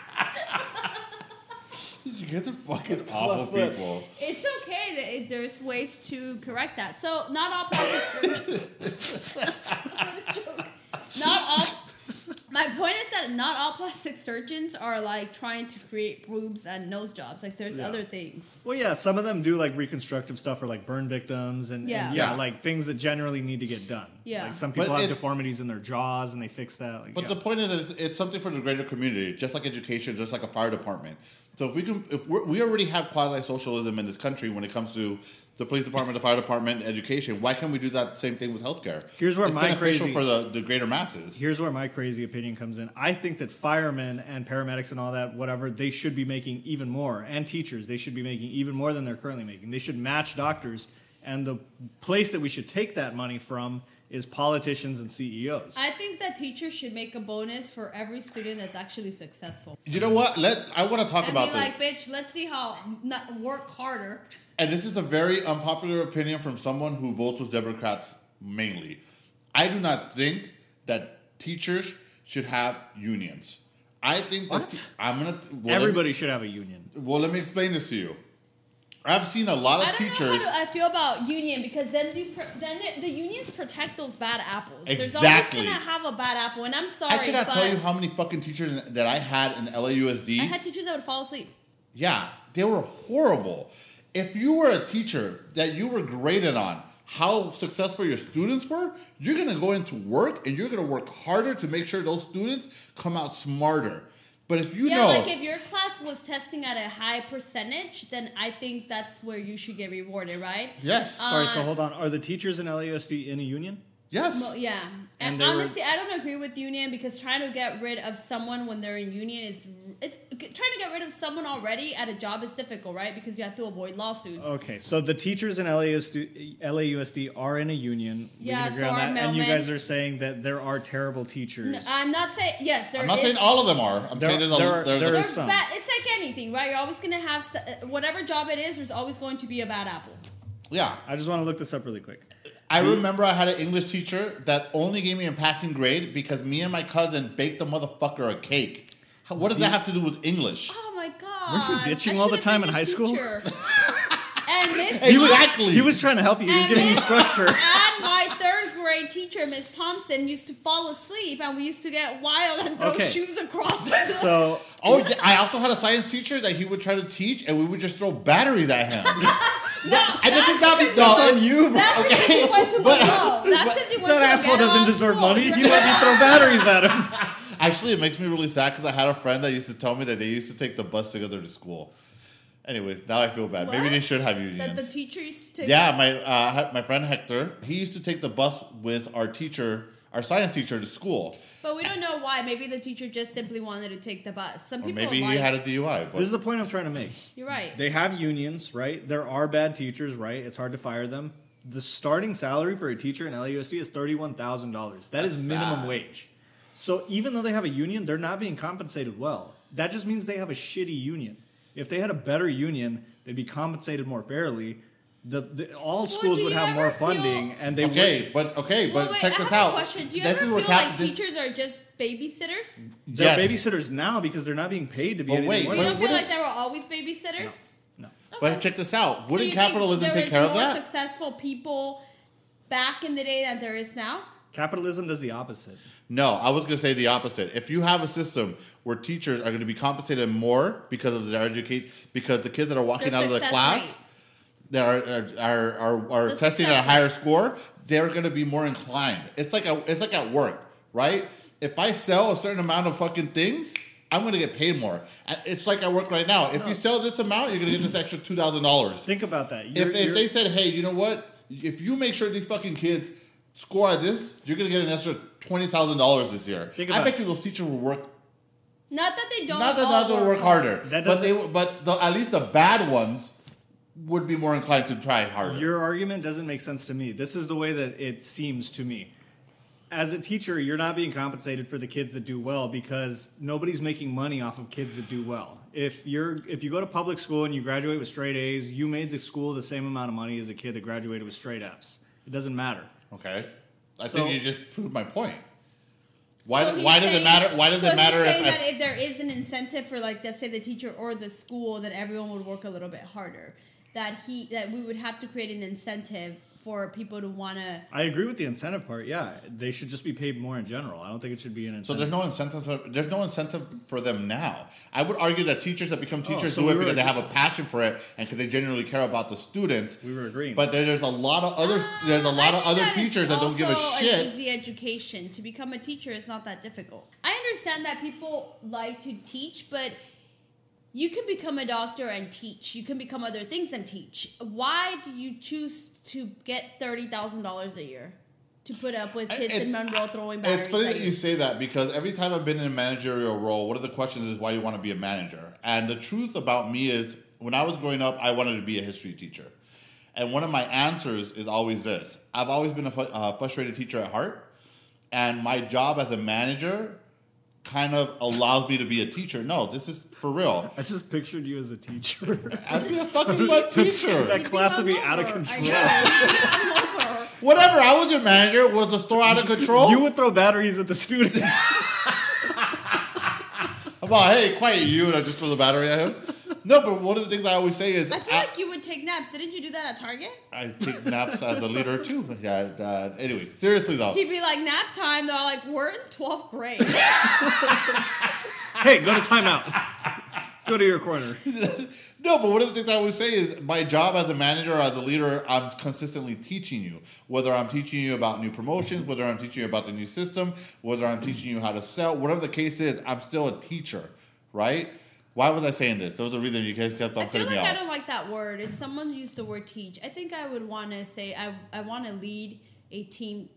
Speaker 3: You guys are fucking
Speaker 1: Cleft
Speaker 3: awful
Speaker 1: lip.
Speaker 3: people.
Speaker 2: It's okay. that it- There's ways to correct that. So not all plastic surgery. not all. My point is that not all plastic surgeons are like trying to create boobs and nose jobs. Like there's
Speaker 1: Yeah.
Speaker 2: other things.
Speaker 1: Well, yeah, some of them do like reconstructive stuff for like burn victims and yeah,
Speaker 2: Yeah.
Speaker 1: and, yeah,
Speaker 3: Yeah.
Speaker 1: like things that generally need to get done.
Speaker 2: Yeah.
Speaker 1: like some
Speaker 3: But
Speaker 1: people have
Speaker 3: it-
Speaker 1: deformities in their jaws and they fix that. Like,
Speaker 3: But
Speaker 1: yeah.
Speaker 3: the point is, it's, it's something for the greater community, just like education, just like a fire department. So if we can, if we're, we already have quasi socialism in this country when it comes to the police department, the fire department, education, why can't we do that same thing with healthcare?
Speaker 1: Here's where
Speaker 3: it's
Speaker 1: my
Speaker 3: beneficial
Speaker 1: crazy-
Speaker 3: for the, the greater masses.
Speaker 1: Here's where my crazy opinion comes in. I think that firemen and paramedics and all that, whatever, they should be making even more, and teachers, they should be making even more than they're currently making. They should match doctors, and the place that we should take that money from is politicians and E CEOs.
Speaker 2: I think that teachers should make a bonus for every student that's actually successful.
Speaker 3: You know what? Let I want to talk
Speaker 2: And
Speaker 3: about
Speaker 2: be
Speaker 3: this.
Speaker 2: like, bitch, let's see how not work harder.
Speaker 3: and this is a very unpopular opinion from someone who votes with Democrats mainly. I do not think that teachers should have unions. I think that
Speaker 1: What?
Speaker 3: te- I'm gonna well, let me-
Speaker 1: Everybody should have a union.
Speaker 3: Well, let me explain this to you. I've seen a lot
Speaker 2: I
Speaker 3: of
Speaker 2: don't know
Speaker 3: teachers.
Speaker 2: how to, I feel about union because then you pr- then it, the unions protect those bad apples. There's
Speaker 3: Exactly.
Speaker 2: always gonna have a bad apple, and I'm sorry,
Speaker 3: I cannot
Speaker 2: but
Speaker 3: tell you how many fucking teachers that I had in LAUSD.
Speaker 2: I had teachers that would fall asleep.
Speaker 3: yeah, they were horrible. If you were a teacher that you were graded on how successful your students were, you're gonna go into work and you're gonna work harder to make sure those students come out smarter. But if you
Speaker 2: yeah,
Speaker 3: know,
Speaker 2: like if your class was testing at a high percentage, then I think that's where you should get rewarded, right?
Speaker 3: yes,
Speaker 1: Sorry, so
Speaker 2: Uh,
Speaker 1: hold on. Are the teachers in LAUSD in a union?
Speaker 3: yes,
Speaker 2: Mo- yeah.
Speaker 1: And
Speaker 2: And,
Speaker 1: they were-
Speaker 2: honestly, I don't agree with union because trying to get rid of someone when they're in union is it, trying to get rid of someone already at a job is difficult, right? Because you have to avoid lawsuits.
Speaker 3: Oh,
Speaker 1: Okay, so the teachers in LAUSD, LAUSD are in a union. We
Speaker 2: Yeah,
Speaker 1: can agree
Speaker 2: so
Speaker 1: on
Speaker 2: are
Speaker 1: that. And you
Speaker 2: mailmen.
Speaker 1: guys are saying that there are terrible teachers.
Speaker 2: No, I'm not saying yes. there
Speaker 3: I'm not
Speaker 2: is-
Speaker 3: saying all of them are. I'm
Speaker 1: There-
Speaker 3: saying there's a,
Speaker 1: there are-
Speaker 3: there's
Speaker 1: there
Speaker 3: a
Speaker 1: are
Speaker 2: There's
Speaker 1: some.
Speaker 2: bad. It's like anything, right? You're always gonna have s- uh, whatever job it is. There's always going to be a bad apple.
Speaker 3: yeah.
Speaker 1: I just want to look this up really quick.
Speaker 3: I remember I had an English teacher that only gave me a passing grade because me and my cousin baked the motherfucker a cake. How- What does that have to do with English?
Speaker 2: Oh my god!
Speaker 1: Weren't you ditching
Speaker 2: I
Speaker 1: all the
Speaker 2: should've
Speaker 1: time
Speaker 2: been
Speaker 1: in
Speaker 2: a
Speaker 1: high school?
Speaker 2: teacher. and this
Speaker 3: Hey,
Speaker 2: and
Speaker 3: you- Exactly.
Speaker 1: Was, he was trying to help you. He was
Speaker 2: And
Speaker 1: giving you
Speaker 2: this-
Speaker 1: structure.
Speaker 2: my third grade teacher, Miss Thompson, used to fall asleep, and we used to get wild and throw
Speaker 1: Okay.
Speaker 2: shoes across. The
Speaker 1: So
Speaker 3: Oh, yeah, I also had a science teacher that he would try to teach, and we would just throw batteries at him.
Speaker 2: no,
Speaker 3: And this is
Speaker 2: that's
Speaker 3: not
Speaker 2: because-
Speaker 3: no,
Speaker 1: it's on you. Bro.
Speaker 2: That's because you went to
Speaker 3: But-
Speaker 2: Brazil. That's because you went
Speaker 1: That
Speaker 2: to a
Speaker 1: asshole
Speaker 2: ghetto
Speaker 1: doesn't
Speaker 2: ass
Speaker 1: deserve
Speaker 2: school.
Speaker 1: money.
Speaker 2: You're
Speaker 1: You let me throw batteries at him.
Speaker 3: Actually, it makes me really sad because I had a friend that used to tell me that they used to take the bus together to school. Anyways, now I feel bad. Maybe
Speaker 2: What?
Speaker 3: they should have unions.
Speaker 2: That the teacher used to.
Speaker 3: Yeah, my uh, he- my friend Hector, he used to take the bus with our teacher, our science teacher, to school.
Speaker 2: But we don't know why. Maybe the teacher just simply wanted to take the bus. Some
Speaker 3: Or
Speaker 2: people
Speaker 3: maybe
Speaker 2: are like,
Speaker 3: he had a DUI. But
Speaker 1: This is the point I'm trying to make.
Speaker 2: You're right.
Speaker 1: They have unions, right? There are bad teachers, right? It's hard to fire them. The starting salary for a teacher in LAUSD is thirty-one thousand dollars. That is
Speaker 3: That's
Speaker 1: minimum
Speaker 3: sad.
Speaker 1: wage. So even though they have a union, they're not being compensated well. That just means they have a shitty union. If they had a better union, they'd be compensated more fairly. The, the all schools
Speaker 2: do
Speaker 1: would
Speaker 2: you
Speaker 1: have
Speaker 2: ever
Speaker 1: more
Speaker 2: feel-
Speaker 1: funding, and they
Speaker 3: okay, but okay,
Speaker 2: Well,
Speaker 3: but
Speaker 2: wait,
Speaker 3: check
Speaker 2: I
Speaker 3: this
Speaker 2: have
Speaker 3: out.
Speaker 2: a question. Do you
Speaker 3: This
Speaker 2: ever
Speaker 3: is
Speaker 2: feel
Speaker 3: what
Speaker 2: like
Speaker 3: hap- thi-
Speaker 2: teachers are just babysitters?
Speaker 1: would, they're
Speaker 3: Yes.
Speaker 1: babysitters now because they're not being paid to be
Speaker 3: But
Speaker 1: anything
Speaker 3: wait,
Speaker 1: more than
Speaker 2: You
Speaker 3: wait,
Speaker 2: don't
Speaker 3: what
Speaker 2: feel
Speaker 3: if-
Speaker 2: like there were always babysitters?
Speaker 1: no.
Speaker 3: But check this out.
Speaker 2: So
Speaker 3: Wouldn't
Speaker 2: you think
Speaker 3: capitalism
Speaker 2: there
Speaker 3: take
Speaker 2: is
Speaker 3: care of
Speaker 2: more
Speaker 3: that?
Speaker 2: successful people back in the day than there is now?
Speaker 1: Capitalism does the opposite.
Speaker 3: No, I was going to say the opposite. If you have a system where teachers are going to be compensated more because of their educate, because the kids that are walking
Speaker 2: Their
Speaker 3: out of the
Speaker 2: success
Speaker 3: class
Speaker 2: rate.
Speaker 3: that are are are, are, are
Speaker 2: The
Speaker 3: testing at a
Speaker 2: success
Speaker 3: higher score, they're going to be more inclined. It's like a, it's like at work, right? If I sell a certain amount of fucking things. I'm gonna get paid more. I- It's like at work right now. If you sell this amount, you're gonna get this extra two thousand dollars
Speaker 1: Think about that. You're-
Speaker 3: if, if
Speaker 1: you're-
Speaker 3: they said, hey, you know what? If you make sure these fucking kids score at this, you're going to get an extra $20,000 this year.
Speaker 1: Think
Speaker 3: I
Speaker 1: about
Speaker 3: bet
Speaker 1: it.
Speaker 3: you those teachers will work.
Speaker 2: Not that they don't.
Speaker 3: Not that
Speaker 2: all
Speaker 3: not will work harder,
Speaker 1: That
Speaker 3: but they
Speaker 1: doesn't-
Speaker 3: will- but the, at least the bad ones would be more inclined to try harder.
Speaker 1: Your argument doesn't make sense to me. This is the way that it seems to me. as a teacher, you're not being compensated for the kids that do well because nobody's making money off of kids that do well. If you're if you go to public school and you graduate with straight A's, you made the school the same amount of money as a kid that graduated with straight F's. It doesn't matter.
Speaker 3: Okay, I
Speaker 1: So-
Speaker 3: think you just proved my point. Why?
Speaker 2: So he's
Speaker 3: why does it
Speaker 2: saying-
Speaker 3: matter? Why does
Speaker 2: so
Speaker 3: it matter
Speaker 2: He's
Speaker 3: if,
Speaker 2: saying
Speaker 3: I-
Speaker 2: that if there is an incentive for, like, let's say the teacher or the school, that everyone would work a little bit harder. That he that we would have to create an incentive for people to want to.
Speaker 1: I agree with the incentive part. Yeah, they should just be paid more in general. I don't think it should be an
Speaker 3: So
Speaker 1: incentive.
Speaker 3: there's no incentive. For, there's no incentive for them now. I would argue that teachers that become teachers
Speaker 1: Oh, so
Speaker 3: do
Speaker 1: we
Speaker 3: it
Speaker 1: were
Speaker 3: because they have
Speaker 1: agree-
Speaker 3: a passion for it and because they genuinely care about the students.
Speaker 1: We were agreeing.
Speaker 3: But there- there's a lot of other there's a lot
Speaker 2: Ah, I
Speaker 3: of
Speaker 2: think
Speaker 3: other
Speaker 2: that it's
Speaker 3: teachers that don't give a
Speaker 2: also an
Speaker 3: shit.
Speaker 2: Easy education to become a teacher is not that difficult. I understand that people like to teach, but you can become a doctor and teach. You can become other things and teach. Why do you choose to get thirty thousand dollars a year to put up with kids in
Speaker 3: It's-
Speaker 2: Monroe throwing batteries?
Speaker 3: It's funny
Speaker 2: at
Speaker 3: that you say that because every time I've been in a managerial role, one of the questions is why you want to be a manager. And the truth about me is when I was growing up, I wanted to be a history teacher. And one of my answers is always this I've always been a fu- uh, frustrated teacher at heart. And my job as a manager kind of allows me to be a teacher. No, this is for real.
Speaker 1: I just pictured you as a teacher.
Speaker 3: I'd be a fucking butt teacher.
Speaker 1: That class would be out of
Speaker 2: You'd be
Speaker 1: control.
Speaker 2: hungover. I know.
Speaker 3: Whatever, I was your manager. Was the store out of control?
Speaker 1: You would throw batteries at the students.
Speaker 3: I'm all, hey, quiet you, and I just throw the battery at him. No, but one of the things I always say is
Speaker 2: I feel like you would take naps. Didn't you do that at Target?
Speaker 3: I take naps as a leader too. Yeah. Uh, anyway, seriously though,
Speaker 2: He'd be like, nap time. They're all like, we're in 12th grade.
Speaker 1: hey, go to timeout. Go to your corner.
Speaker 3: no. But one of the things I always say is my job as a manager or as a leader, I'm consistently teaching you. Whether I'm teaching you about new promotions, whether I'm teaching you about the new system, whether I'm teaching you how to sell, whatever the case is, I'm still a teacher, right? Why was I saying this? There was a reason you guys kept on
Speaker 2: I feel
Speaker 3: cutting
Speaker 2: like
Speaker 3: me
Speaker 2: I
Speaker 3: off.
Speaker 2: don't like that word. If someone used the word teach, I think I would want to say, I, I want to lead a team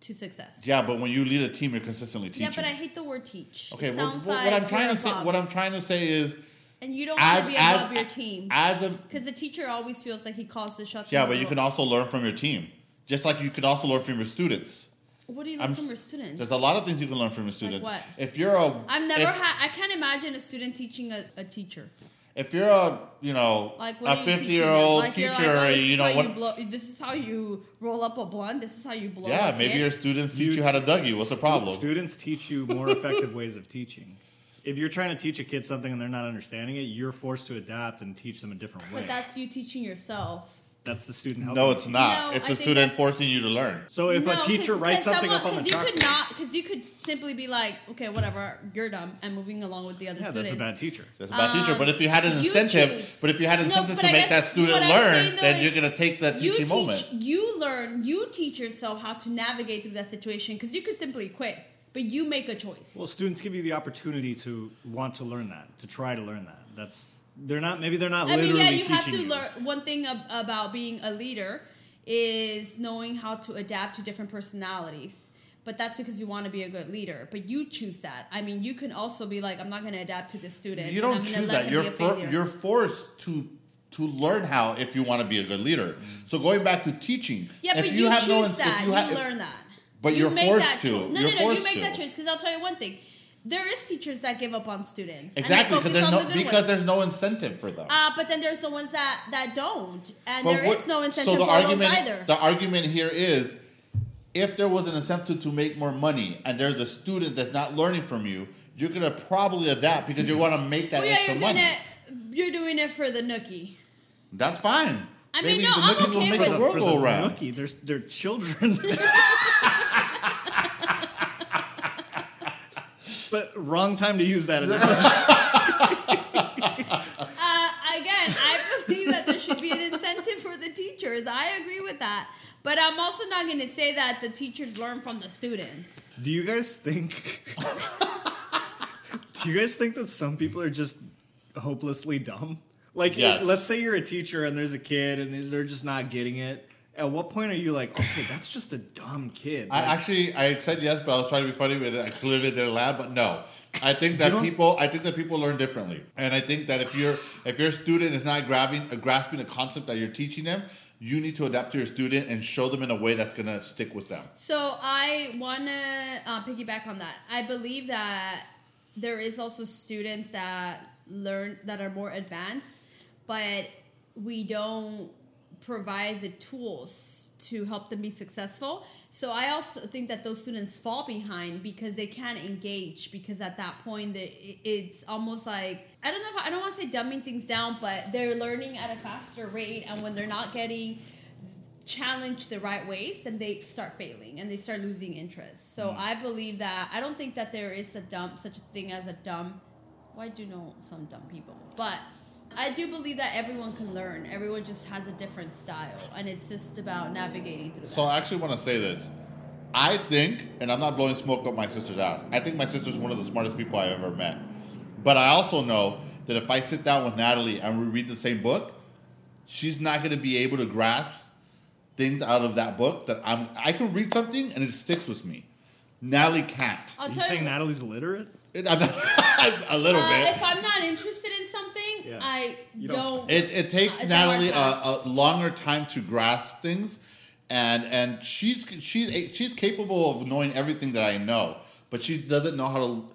Speaker 2: to success.
Speaker 3: Yeah, but when you lead a team, you're consistently teaching.
Speaker 2: Yeah, but I hate the word teach.
Speaker 3: Okay,
Speaker 2: it
Speaker 3: well,
Speaker 2: sounds
Speaker 3: what-
Speaker 2: like
Speaker 3: what I'm trying
Speaker 2: you're
Speaker 3: to say,
Speaker 2: above.
Speaker 3: what I'm trying to say is,
Speaker 2: and you don't want
Speaker 3: as
Speaker 2: to be
Speaker 3: as
Speaker 2: above your team.
Speaker 3: as a
Speaker 2: Because the teacher always feels like he calls the shots.
Speaker 3: yeah,
Speaker 2: in the
Speaker 3: but you can
Speaker 2: middle.
Speaker 3: also learn from your team, just like you could also learn from your students.
Speaker 2: What do you learn
Speaker 3: I'm-
Speaker 2: from your students?
Speaker 3: There's a lot of things you can learn from your students.
Speaker 2: what?
Speaker 3: If you're a,
Speaker 2: I've never
Speaker 3: if,
Speaker 2: had. I can't imagine a student teaching a, a teacher.
Speaker 3: If you're a, you know,
Speaker 2: Like what
Speaker 3: a
Speaker 2: are you teaching them?
Speaker 3: 50 year old
Speaker 2: Like, you're
Speaker 3: teacher,
Speaker 2: like, oh, this
Speaker 3: you
Speaker 2: is
Speaker 3: know
Speaker 2: how
Speaker 3: what?
Speaker 2: You blow, this is how you roll up a blunt. This is how you blow.
Speaker 3: yeah,
Speaker 2: a
Speaker 3: maybe
Speaker 2: kid.
Speaker 3: your students teach
Speaker 1: You-
Speaker 3: you how to Dougie. What's the problem?
Speaker 1: Students teach you more effective ways of teaching. If you're trying to teach a kid something and they're not understanding it, you're forced to adapt and teach them a different way.
Speaker 2: But that's you teaching yourself.
Speaker 1: That's the student help.
Speaker 3: no, it's not.
Speaker 2: No,
Speaker 3: it's
Speaker 2: I
Speaker 3: a
Speaker 2: think
Speaker 3: student
Speaker 2: that's-
Speaker 3: forcing you to learn.
Speaker 1: So if
Speaker 2: no,
Speaker 1: a teacher
Speaker 2: 'cause-
Speaker 1: writes
Speaker 2: 'cause
Speaker 1: something
Speaker 2: someone,
Speaker 1: up on the
Speaker 2: because you could
Speaker 1: chalkboard,
Speaker 2: not because you could simply be like, okay, whatever, you're dumb. I'm moving along with the other
Speaker 1: yeah,
Speaker 2: students.
Speaker 1: that's a bad teacher.
Speaker 3: That's a bad teacher.
Speaker 2: Um,
Speaker 3: But if you had an
Speaker 2: you
Speaker 3: incentive,
Speaker 2: choose.
Speaker 3: but if you had an
Speaker 2: No,
Speaker 3: incentive
Speaker 2: but
Speaker 3: to
Speaker 2: I
Speaker 3: make that
Speaker 2: guess what
Speaker 3: student
Speaker 2: I'm saying,
Speaker 3: learn,
Speaker 2: though,
Speaker 3: then
Speaker 2: is
Speaker 3: you're gonna take that
Speaker 2: you
Speaker 3: teaching moment.
Speaker 2: You learn. You teach yourself how to navigate through that situation because you could simply quit, but you make a choice.
Speaker 1: Well, students give you the opportunity to want to learn that, to try to learn that. That's they're not maybe they're not
Speaker 2: I mean,
Speaker 1: literally
Speaker 2: yeah, you
Speaker 1: teaching
Speaker 2: have to
Speaker 1: you.
Speaker 2: learn. One thing ab- about being a leader is knowing how to adapt to different personalities. But that's because you want to be a good leader. But you choose that. I mean, you can also be like, I'm not going to adapt to this student.
Speaker 3: You
Speaker 2: and I'm
Speaker 3: don't
Speaker 2: gonna
Speaker 3: choose
Speaker 2: let
Speaker 3: that.
Speaker 2: him
Speaker 3: You're
Speaker 2: be a
Speaker 3: for,
Speaker 2: failure."
Speaker 3: you're forced to to learn how if you want to be a good leader. So going back to teaching,
Speaker 2: Mm. yeah,
Speaker 3: if
Speaker 2: but you, choose
Speaker 3: ins- if
Speaker 2: that. You,
Speaker 3: ha- if-
Speaker 2: learn that.
Speaker 3: But
Speaker 2: You
Speaker 3: you're
Speaker 2: make
Speaker 3: forced
Speaker 2: that
Speaker 3: to.
Speaker 2: cho- No,
Speaker 3: You're
Speaker 2: no, no.
Speaker 3: forced
Speaker 2: you make
Speaker 3: to.
Speaker 2: that choice because I'll tell you one thing. There is teachers that give up on students. and they
Speaker 3: exactly
Speaker 2: focus
Speaker 3: because there's
Speaker 2: on
Speaker 3: no
Speaker 2: the good
Speaker 3: because
Speaker 2: ones.
Speaker 3: there's no incentive for them.
Speaker 2: Uh, but then there's the ones that, that don't, and
Speaker 3: But
Speaker 2: there is
Speaker 3: what-
Speaker 2: no
Speaker 3: so
Speaker 2: incentive
Speaker 3: the
Speaker 2: for
Speaker 3: argument,
Speaker 2: those either.
Speaker 3: The argument here is if there was an incentive to make more money and there's a student that's not learning from you, you're gonna probably adapt because you want to make that
Speaker 2: Well, Oh, yeah,
Speaker 3: extra
Speaker 2: you're doing
Speaker 3: money.
Speaker 2: it. You're doing it for the nookie.
Speaker 3: That's fine.
Speaker 2: I
Speaker 3: Maybe
Speaker 2: mean, no,
Speaker 3: the
Speaker 2: I'm
Speaker 3: nookies will
Speaker 2: okay
Speaker 3: make
Speaker 1: For
Speaker 2: with-
Speaker 3: the
Speaker 1: the-
Speaker 3: world
Speaker 1: for
Speaker 3: go
Speaker 1: the
Speaker 3: around.
Speaker 1: rookie, There's they're children. but wrong time to use that. analogy.
Speaker 2: Uh, again, I believe that there should be an incentive for the teachers. I agree with that, but I'm also not going to say that the teachers learn from the students.
Speaker 1: Do you guys think? do you guys think that some people are just hopelessly dumb? Like,
Speaker 3: Yes.
Speaker 1: let's say you're a teacher and there's a kid and they're just not getting it. At what point are you like, okay, that's just a dumb kid?
Speaker 3: I
Speaker 1: Like,
Speaker 3: actually I said yes, but I was trying to be funny, but I clearly didn't laugh. But no, I think
Speaker 1: You
Speaker 3: that
Speaker 1: don't-
Speaker 3: people I think that people learn differently, and I think that if your if your student is not grabbing uh, grasping the concept that you're teaching them, you need to adapt to your student and show them in a way that's going to stick with them.
Speaker 2: So I want to uh, piggyback on that. I believe that there is also students that learn that are more advanced, but we don't provide the tools to help them be successful. So I also think that those students fall behind because they can't engage because at that point they, it- it's almost like I don't know if I don't want to say dumbing things down, but they're learning at a faster rate and when they're not getting challenged the right ways and they start failing and they start losing interest.
Speaker 1: Mm.
Speaker 2: So I believe that I don't think that there is a dumb such a thing as a dumb well, I do know some dumb people, but I do believe that everyone can learn. Everyone just has a different style, and it's just about navigating through.
Speaker 3: So I actually want to say this. I think, and I'm not blowing smoke up my sister's ass, I think my sister's one of the smartest people I've ever met. But I also know that if I sit down with Natalie and we read the same book, she's not going to be able to grasp things out of that book that I'm. I can read something and it sticks with me. Natalie can't.
Speaker 2: I'll
Speaker 1: Are you
Speaker 2: tell
Speaker 1: saying
Speaker 2: you. what,
Speaker 1: Natalie's literate?
Speaker 3: It- I'm not- a little
Speaker 2: uh, if
Speaker 3: bit.
Speaker 2: I'm not interested in something,
Speaker 1: Yeah.
Speaker 2: I
Speaker 1: You
Speaker 2: don't.
Speaker 1: don't-
Speaker 3: It, it takes
Speaker 2: it's a
Speaker 3: Natalie a,
Speaker 2: hard
Speaker 3: a
Speaker 2: pass.
Speaker 3: longer time to grasp things, and and she's she's she's capable of knowing everything that I know, but she doesn't know how to.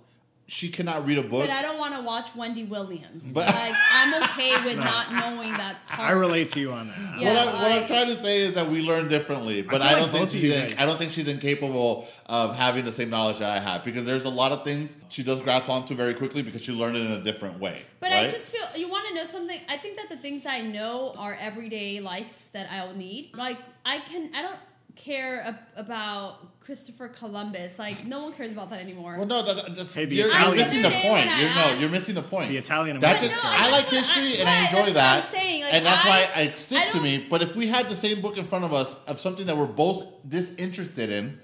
Speaker 3: She cannot read a book.
Speaker 2: but I don't want to watch Wendy Williams.
Speaker 3: But-
Speaker 2: like I'm okay with not knowing that.
Speaker 1: I
Speaker 2: Part.
Speaker 1: relate to you on that.
Speaker 2: Uh, Yeah.
Speaker 3: what, I, what I'm
Speaker 2: like-
Speaker 3: trying to say is that we learn differently,
Speaker 1: feel
Speaker 3: but I,
Speaker 1: like
Speaker 3: don't think
Speaker 1: both of you
Speaker 3: she's
Speaker 1: guys-
Speaker 3: in, I don't think she's incapable of having the same knowledge that I have because there's a lot of things she does grasp onto very quickly because she learned it in a different way.
Speaker 2: But I
Speaker 3: right?
Speaker 2: just feel you want to know something. I think that the things I know are everyday life that I'll need. Like I can, I don't care ab- about Christopher Columbus. Like no one cares about that anymore.
Speaker 3: Well, no, that, that's,
Speaker 1: Hey, the
Speaker 3: you're, you're
Speaker 1: Italian-
Speaker 3: missing the
Speaker 2: The other day
Speaker 3: point.
Speaker 2: when I
Speaker 3: You're, no,
Speaker 2: asked-
Speaker 3: you're missing the point.
Speaker 1: The Italian
Speaker 3: That's
Speaker 1: American
Speaker 3: just,
Speaker 1: No,
Speaker 3: I
Speaker 1: I
Speaker 3: like
Speaker 2: just wanna-
Speaker 3: history
Speaker 2: I-
Speaker 3: and I
Speaker 2: right,
Speaker 3: enjoy
Speaker 2: that's what I'm
Speaker 3: that,
Speaker 2: saying, like,
Speaker 3: and that's
Speaker 2: I-
Speaker 3: why it sticks
Speaker 2: I
Speaker 3: to
Speaker 2: don't-
Speaker 3: me. But if we had the same book in front of us of something that we're both disinterested in,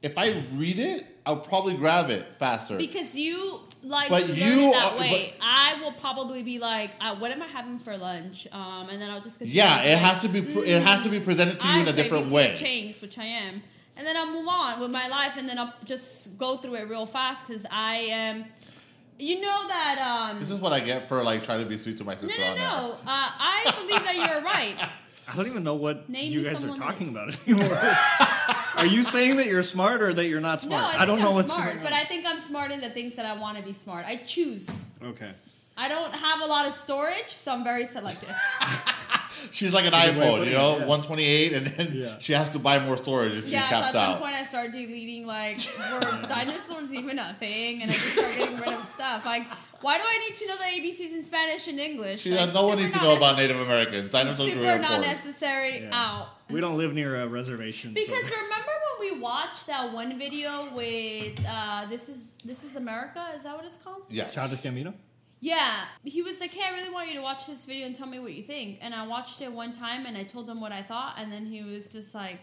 Speaker 3: if I read it, I'll probably grab it faster.
Speaker 2: Because you like
Speaker 3: But
Speaker 2: to learn
Speaker 3: you
Speaker 2: it that
Speaker 3: are-
Speaker 2: way.
Speaker 3: but-
Speaker 2: I will probably be like, uh, what am I having for lunch? Um, and then I'll just continue.
Speaker 3: yeah, it has to be. Pre- It has to be presented to you in a different way.
Speaker 2: Change, which I am. And then I'll move on with my life, and then I'll just go through it real fast because I am. You know that. Um,
Speaker 3: This is what I get for like trying to be sweet to my
Speaker 2: no,
Speaker 3: sister
Speaker 2: no,
Speaker 3: on that.
Speaker 2: no. Uh, I believe that you're right.
Speaker 1: I don't even know what
Speaker 2: Name
Speaker 1: you
Speaker 2: me
Speaker 1: guys are
Speaker 2: someone
Speaker 1: talking
Speaker 2: that
Speaker 1: about anymore. are you saying that you're smart or that you're not
Speaker 2: No,
Speaker 1: smart?
Speaker 2: I, think
Speaker 1: don't
Speaker 2: am
Speaker 1: know what's
Speaker 2: smart,
Speaker 1: going
Speaker 2: but
Speaker 1: on.
Speaker 2: I think I'm smart in the things that I want to be smart. I choose.
Speaker 1: okay.
Speaker 2: I don't have a lot of storage, so I'm very selective.
Speaker 3: She's like an
Speaker 1: That's a good way of
Speaker 3: iPhone, you
Speaker 1: putting
Speaker 3: know,
Speaker 1: it, yeah.
Speaker 3: 128, and then
Speaker 1: Yeah.
Speaker 3: she has to buy more storage if
Speaker 2: Yeah,
Speaker 3: she
Speaker 2: so
Speaker 3: caps
Speaker 2: at some
Speaker 3: out.
Speaker 2: point I started deleting like were dinosaurs even a thing, and I just started getting rid of stuff. Like, why do I need to know the ABCs in Spanish and English?
Speaker 3: She,
Speaker 2: Like,
Speaker 3: no one
Speaker 2: super
Speaker 3: needs to know about
Speaker 2: non-necess-
Speaker 3: Native Americans. Dinosaurs were
Speaker 2: Super
Speaker 3: here
Speaker 2: not
Speaker 3: first.
Speaker 2: necessary
Speaker 1: Yeah.
Speaker 2: out.
Speaker 1: We don't live near a reservation.
Speaker 2: Because
Speaker 1: so.
Speaker 2: remember when we watched that one video with uh, this is this is America? Is that what it's called?
Speaker 3: Yes.
Speaker 1: Childish Gambino?
Speaker 2: Yeah, he was like, "Hey, I really want you to watch this video and tell me what you think." And I watched it one time, and I told him what I thought, and then he was just like,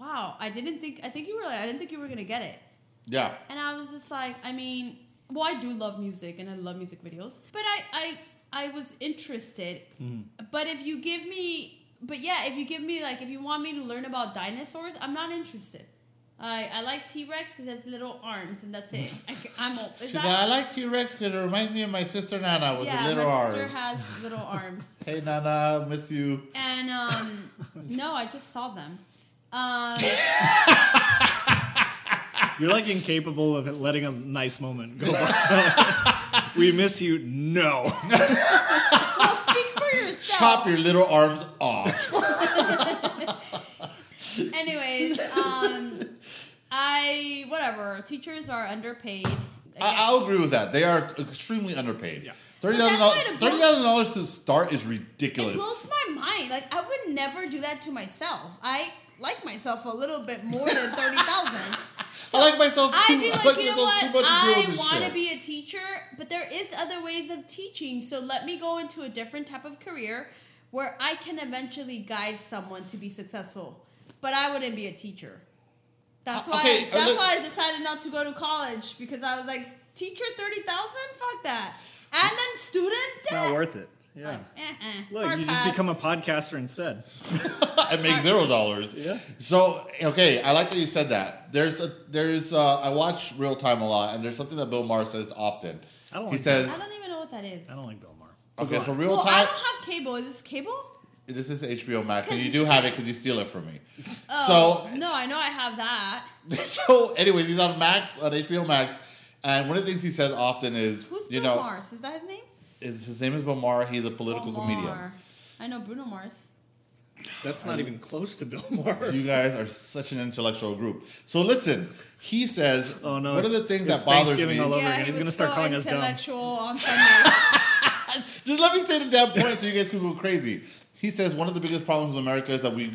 Speaker 2: "Wow, I didn't think. I think you were like, I didn't think you were gonna get it."
Speaker 3: Yeah.
Speaker 2: And I was just like, I mean, well, I do love music, and I love music videos, but I, I, I was interested.
Speaker 3: Hmm.
Speaker 2: But if you give me, but yeah, if you give me like, if you want me to learn about dinosaurs, I'm not interested. I, I like T Rex because has little arms and that's it. I, am old. Is
Speaker 3: She's like,
Speaker 2: that-
Speaker 3: I like T Rex because it reminds me of my sister Nana with
Speaker 2: yeah,
Speaker 3: the little
Speaker 2: my
Speaker 3: arms.
Speaker 2: sister has little arms,
Speaker 3: hey Nana, miss you.
Speaker 2: and um, no, I just saw them. Um,
Speaker 1: You're like incapable of letting a nice moment go by. we miss you. No.
Speaker 2: well, speak for yourself.
Speaker 3: Chop your little arms off.
Speaker 2: Anyways, um, I whatever. Teachers are underpaid.
Speaker 3: I, I'll agree with that. They are extremely underpaid.
Speaker 1: Yeah.
Speaker 3: Thirty
Speaker 2: But
Speaker 3: thousand
Speaker 2: that's why
Speaker 3: dollars.
Speaker 2: the book-
Speaker 3: Thirty thousand dollars to start is
Speaker 2: it
Speaker 3: ridiculous.
Speaker 2: blows my mind. Like I would never do that to myself. I like myself a little bit more than thirty thousand. So
Speaker 3: I like myself too.
Speaker 2: I'd be
Speaker 3: I
Speaker 2: like,
Speaker 3: like
Speaker 2: you know
Speaker 3: myself
Speaker 2: what?
Speaker 3: too much to deal with
Speaker 2: I
Speaker 3: this
Speaker 2: want to
Speaker 3: shit.
Speaker 2: be a teacher, but there is other ways of teaching. So let me go into a different type of career where I can eventually guide someone to be successful. But I wouldn't be a teacher. That's
Speaker 3: Uh,
Speaker 2: why.
Speaker 3: okay, uh,
Speaker 2: that's
Speaker 3: look-
Speaker 2: why I decided not to go to college because I was like, teacher thirty thousand, fuck that. And then student,
Speaker 1: It's not worth it. Yeah.
Speaker 2: Uh-uh.
Speaker 1: Look, you just become a podcaster instead.
Speaker 3: and make zero dollars.
Speaker 1: Yeah.
Speaker 3: So okay, I like that you said that. There's a there's uh, I watch Real Time a lot, and there's something that Bill Maher says often.
Speaker 1: I don't
Speaker 3: he
Speaker 1: like
Speaker 3: says,
Speaker 2: I don't even know what that is.
Speaker 1: I don't like Bill Maher.
Speaker 3: okay, so Real
Speaker 2: well, I
Speaker 3: Time.
Speaker 2: don't have cable. Is this cable?
Speaker 3: This is HBO Max, and you do have it because you steal it from me.
Speaker 2: Oh, no, I know I have that.
Speaker 3: So, so anyways, he's on Max on HBO Max, and one of the things he says often is,
Speaker 2: Who's
Speaker 3: you
Speaker 2: Bruno
Speaker 3: know,
Speaker 2: Mars? Is that his name?
Speaker 3: is, his name is Bomar. He's a political
Speaker 2: Omar.
Speaker 3: comedian.
Speaker 2: I know Bruno Mars.
Speaker 1: That's not even close to Bill Maher.
Speaker 3: You guys are such an intellectual group. So listen, he says,
Speaker 1: Oh, no,
Speaker 3: one of
Speaker 1: it's-
Speaker 3: the things
Speaker 1: it's
Speaker 3: that bothers
Speaker 1: Thanksgiving
Speaker 3: me.
Speaker 1: all over
Speaker 2: yeah,
Speaker 1: again.
Speaker 2: he
Speaker 1: He's gonna
Speaker 2: was
Speaker 1: start
Speaker 2: so
Speaker 1: calling us dumb.
Speaker 2: intellectual on Sunday.
Speaker 3: Just let me say the damn point so you guys can go crazy. He says one of the biggest problems in America is that we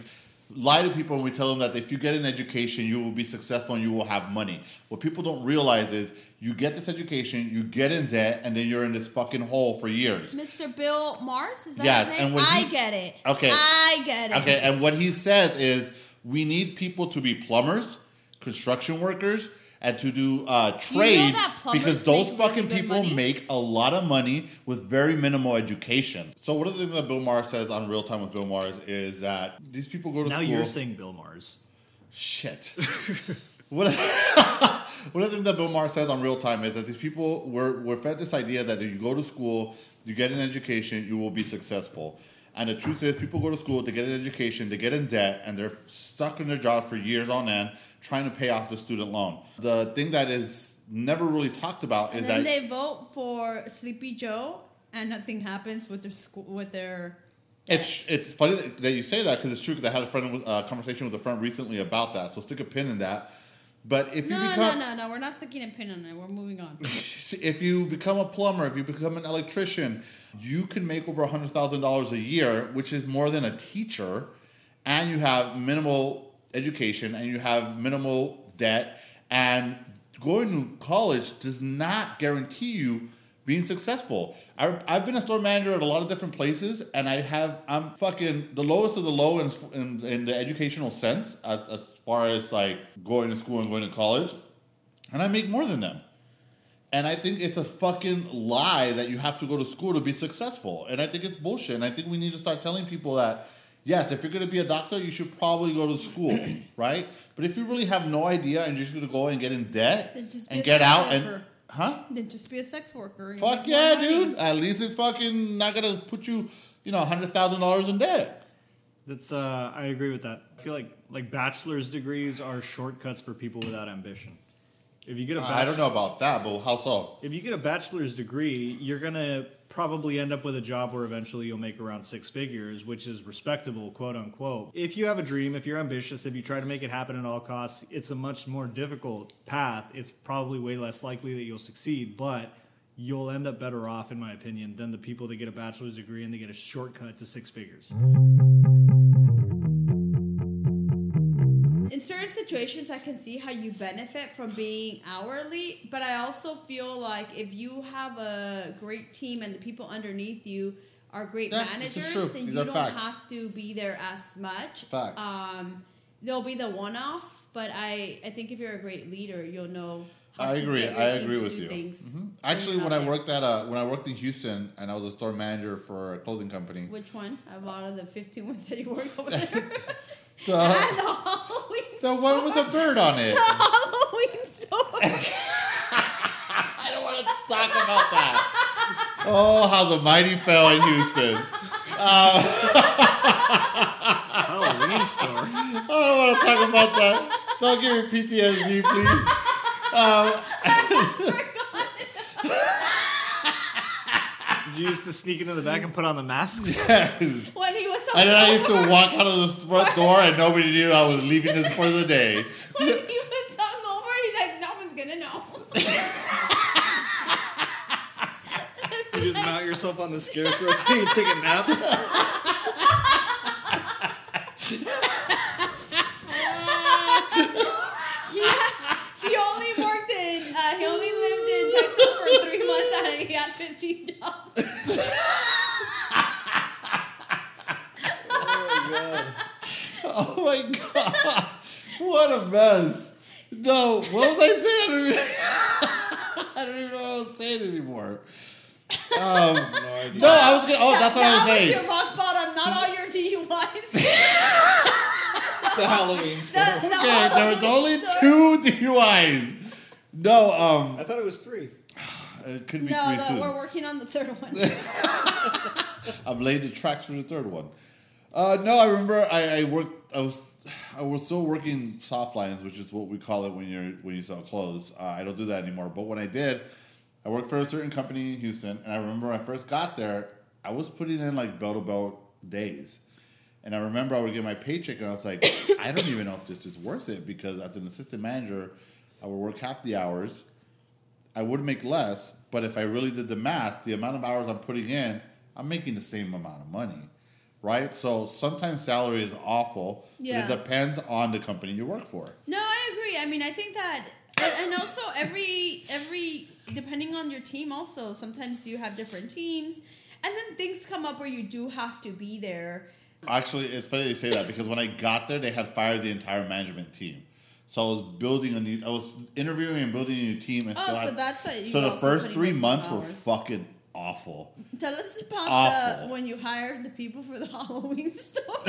Speaker 3: lie to people and we tell them that if you get an education, you will be successful and you will have money. What people don't realize is you get this education, you get in debt, and then you're in this fucking hole for years.
Speaker 2: Mr. Bill Mars? Is that
Speaker 3: Yes,
Speaker 2: his
Speaker 3: and
Speaker 2: name?
Speaker 3: when
Speaker 2: I
Speaker 3: he-
Speaker 2: get it.
Speaker 3: Okay.
Speaker 2: I get it.
Speaker 3: Okay, and what he says is we need people to be plumbers, construction workers, and to do uh, trades
Speaker 2: that plumbers
Speaker 3: because those
Speaker 2: make really
Speaker 3: fucking
Speaker 2: good
Speaker 3: people
Speaker 2: money?
Speaker 3: make a lot of money with very minimal education. So one of the things that Bill Maher says on Real Time with Bill Maher is- is that these people go to
Speaker 1: Now
Speaker 3: school.
Speaker 1: you're saying Bill Mars.
Speaker 3: Shit. What, one of the things that Bill Maher says on Real Time is that these people were, were fed this idea that if you go to school, you get an education, you will be successful. And the truth is, people go to school, they get an education, they get in debt, and they're stuck in their job for years on end trying to pay off the student loan. The thing that is never really talked about
Speaker 2: And
Speaker 3: is
Speaker 2: then
Speaker 3: that
Speaker 2: they vote for Sleepy Joe, and nothing happens with their school, with their.
Speaker 3: It's it's funny that, that you say that because it's true. Because I had a friend uh, conversation with a friend recently about that. So stick a pin in that. But if you
Speaker 2: No,
Speaker 3: become
Speaker 2: no, no, no. We're not sticking a pin on it. We're moving on.
Speaker 3: if you become a plumber, if you become an electrician, you can make over hundred thousand dollars a year, which is more than a teacher, and you have minimal education and you have minimal debt. And going to college does not guarantee you being successful. I, I've been a store manager at a lot of different places, and I have I'm fucking the lowest of the low in in, in the educational sense as, as far as like going to school and going to college, and I make more than them. And I think it's a fucking lie that you have to go to school to be successful. And I think it's bullshit. And I think we need to start telling people that, yes, if you're going to be a doctor, you should probably go to school, right? But if you really have no idea and you're just going to go and get in debt
Speaker 2: Then just be
Speaker 3: and
Speaker 2: a
Speaker 3: get
Speaker 2: sex
Speaker 3: out and.
Speaker 2: worker.
Speaker 3: Huh?
Speaker 2: then just be a sex worker. and make
Speaker 3: Fuck
Speaker 2: more
Speaker 3: yeah,
Speaker 2: money.
Speaker 3: dude. At least it's fucking not going to put you, you know, $100,000 in debt.
Speaker 1: That's uh, I agree with that. I feel like like bachelor's degrees are shortcuts for people without ambition. If you get a
Speaker 3: I
Speaker 1: bachelor,
Speaker 3: don't know about that, but how so?
Speaker 1: if you get a bachelor's degree, you're gonna probably end up with a job where eventually you'll make around six figures, which is respectable, quote unquote. If you have a dream, if you're ambitious, if you try to make it happen at all costs, it's a much more difficult path. It's probably way less likely that you'll succeed, but you'll end up better off, in my opinion, than the people that get a bachelor's degree and they get a shortcut to six figures.
Speaker 2: In certain situations, I can see how you benefit from being hourly, but I also feel like if you have a great team and the people underneath you are great
Speaker 3: Yeah, this is true.
Speaker 2: managers, then
Speaker 3: These
Speaker 2: you
Speaker 3: are
Speaker 2: don't
Speaker 3: facts.
Speaker 2: have to be there as much.
Speaker 3: Facts.
Speaker 2: Um, there'll be the one-off, but I, I think if you're a great leader, you'll know.
Speaker 3: I
Speaker 2: to
Speaker 3: agree.
Speaker 2: get your
Speaker 3: I
Speaker 2: team
Speaker 3: agree
Speaker 2: to
Speaker 3: with
Speaker 2: do
Speaker 3: you.
Speaker 2: things
Speaker 3: Mhm. Actually,
Speaker 2: you're
Speaker 3: when
Speaker 2: not
Speaker 3: I
Speaker 2: there.
Speaker 3: worked at uh, when I worked in Houston and I was a store manager for a clothing company,
Speaker 2: Which one? A lot of the 15 ones that you worked over there.
Speaker 3: the,
Speaker 2: and the Halloween.
Speaker 3: the one with the bird on it.
Speaker 2: The Halloween store.
Speaker 3: I don't want to talk about that. Oh, how the mighty fell in Houston.
Speaker 1: Halloween store.
Speaker 3: I don't want to talk about that. Don't give me PTSD, please.
Speaker 1: Did you used to sneak into the back and put on the masks?
Speaker 3: Yes.
Speaker 2: when he was on
Speaker 3: And then I used to walk out of the front door and nobody knew I was leaving this for the day.
Speaker 2: when he was hungover, he's like, no one's gonna know.
Speaker 1: You just mount yourself on the scarecrow thing and take a nap.
Speaker 2: He only worked in, uh, he only lived in Texas for three months and he had fifteen dollars.
Speaker 3: Oh my god. What a mess. No, what was I saying? I don't even, I don't even know what I was saying anymore. Um, no, I was gonna, oh, that's what I
Speaker 2: that
Speaker 3: was saying.
Speaker 2: was your rock bottom, not all your DUIs. the,
Speaker 1: The Halloween
Speaker 2: the
Speaker 3: Okay, there was
Speaker 2: Halloween
Speaker 3: only
Speaker 2: store.
Speaker 3: two DUIs. No, um,
Speaker 1: I thought it was three.
Speaker 3: it could be
Speaker 2: No,
Speaker 3: three
Speaker 2: no,
Speaker 3: soon.
Speaker 2: we're working on the third one.
Speaker 3: I've laid the tracks for the third one. Uh, no, I remember I, I worked. I was I was still working soft lines, which is what we call it when you're when you sell clothes. Uh, I don't do that anymore, but when I did, I worked for a certain company in Houston, and I remember when I first got there, I was putting in like bell to bell days. And I remember I would get my paycheck, and I was like, I don't even know if this is worth it because as an assistant manager, I would work half the hours. I would make less, but if I really did the math, the amount of hours I'm putting in, I'm making the same amount of money, right? So sometimes salary is awful.
Speaker 2: Yeah.
Speaker 3: But it depends on the company you work for.
Speaker 2: No, I agree. I mean, I think that, and, and also every every depending on your team, also sometimes you have different teams, and then things come up where you do have to be there.
Speaker 3: Actually, it's funny they say that because when I got there, they had fired the entire management team. So I was building a new. I was interviewing and building a new team. And
Speaker 2: Oh,
Speaker 3: still
Speaker 2: so
Speaker 3: had-
Speaker 2: that's what you
Speaker 3: so the
Speaker 2: also
Speaker 3: first
Speaker 2: putting
Speaker 3: three
Speaker 2: in the
Speaker 3: months were
Speaker 2: hours.
Speaker 3: fucking awful.
Speaker 2: Tell us about
Speaker 3: Awful.
Speaker 2: the, when you hired the people for the Halloween store.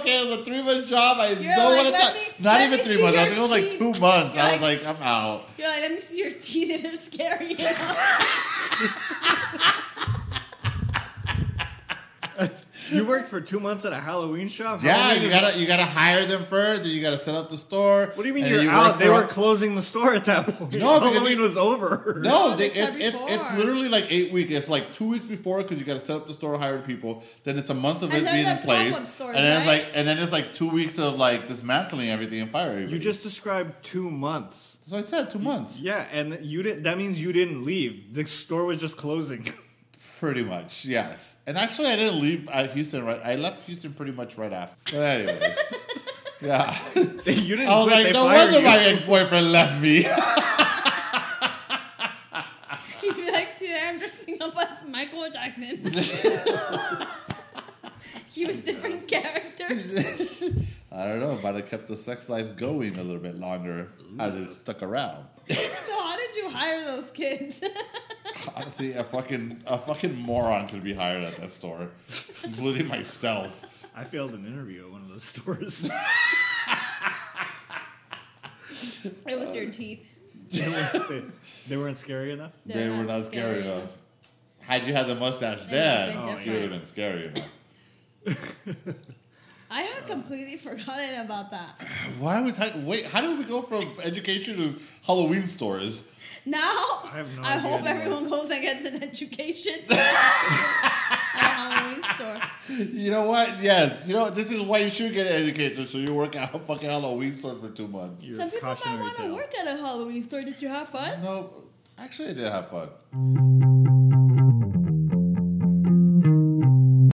Speaker 3: Okay, it was a three month job. I
Speaker 2: You're
Speaker 3: don't
Speaker 2: like,
Speaker 3: want to
Speaker 2: "Let
Speaker 3: talk.
Speaker 2: me-
Speaker 3: Not
Speaker 2: let
Speaker 3: even
Speaker 2: me
Speaker 3: three
Speaker 2: see
Speaker 3: months. I
Speaker 2: your
Speaker 3: think it was like
Speaker 2: teeth.
Speaker 3: two months. I
Speaker 2: You're
Speaker 3: was like, I'm out.
Speaker 2: You're like, let me see your teeth. It is scary.
Speaker 1: You worked for two months at a Halloween shop.
Speaker 3: Yeah,
Speaker 1: Halloween
Speaker 3: you
Speaker 1: is-
Speaker 3: gotta you gotta hire them first. Then you gotta set up the store.
Speaker 1: What do you mean
Speaker 3: and
Speaker 1: you're
Speaker 3: then work
Speaker 1: out? They
Speaker 3: for-
Speaker 1: were closing the store at that point.
Speaker 3: No, because
Speaker 1: Halloween
Speaker 3: they-
Speaker 1: was over.
Speaker 2: No,
Speaker 3: no, they,
Speaker 2: they said
Speaker 3: it's, it's it's
Speaker 2: before.
Speaker 3: literally like eight weeks. It's like two weeks before because you gotta set up the store, hire people. Then it's a month of
Speaker 2: And
Speaker 3: it
Speaker 2: then
Speaker 3: being
Speaker 2: the
Speaker 3: in place,
Speaker 2: pop-up stores,
Speaker 3: and then
Speaker 2: right?
Speaker 3: it's like and then it's like two weeks of like dismantling everything and firing.
Speaker 1: You
Speaker 3: everybody.
Speaker 1: just described two months.
Speaker 3: so I said two months,
Speaker 1: Yeah, and you did. That means you didn't leave. The store was just closing.
Speaker 3: pretty much. Yes, and actually I didn't leave uh, Houston right. I left Houston pretty much right after. But anyways, yeah.
Speaker 1: you didn't.
Speaker 3: I was
Speaker 1: quit, Oh, they
Speaker 3: Oh, like, no
Speaker 1: fired
Speaker 3: wonder
Speaker 1: you.
Speaker 3: my ex boyfriend left me.
Speaker 2: You'd be like, today I'm dressing up as Michael Jackson. he was different characters.
Speaker 3: I don't know, but I kept the sex life going a little bit longer as it stuck around.
Speaker 2: So how did you hire those kids?
Speaker 3: Honestly, a fucking a fucking moron could be hired at that store, including myself.
Speaker 1: I failed an interview at one of those stores.
Speaker 2: it was
Speaker 3: Uh,
Speaker 2: your teeth.
Speaker 1: they, was- they- they weren't scary enough.
Speaker 3: They
Speaker 2: They're
Speaker 3: were
Speaker 2: not
Speaker 3: not scary,
Speaker 2: scary
Speaker 3: enough. Had you had the mustache
Speaker 2: They would've
Speaker 3: then, oh,
Speaker 2: been
Speaker 3: you would have
Speaker 2: different.
Speaker 3: been scary enough.
Speaker 2: I
Speaker 3: Uh,
Speaker 2: had completely forgotten about that.
Speaker 3: Why are we talking? Wait, how did we go from education to Halloween stores?
Speaker 2: Now I,
Speaker 1: have no idea
Speaker 2: hope
Speaker 1: anymore.
Speaker 2: everyone goes and gets an education at a Halloween store.
Speaker 3: You know what? Yes, you know this is why you should get an education. So you work at a fucking Halloween store for two months.
Speaker 1: Your
Speaker 2: Some people might
Speaker 1: cautionary
Speaker 2: want to
Speaker 1: tale.
Speaker 2: work at a Halloween store. Did you have fun?
Speaker 3: No, actually, I did have fun.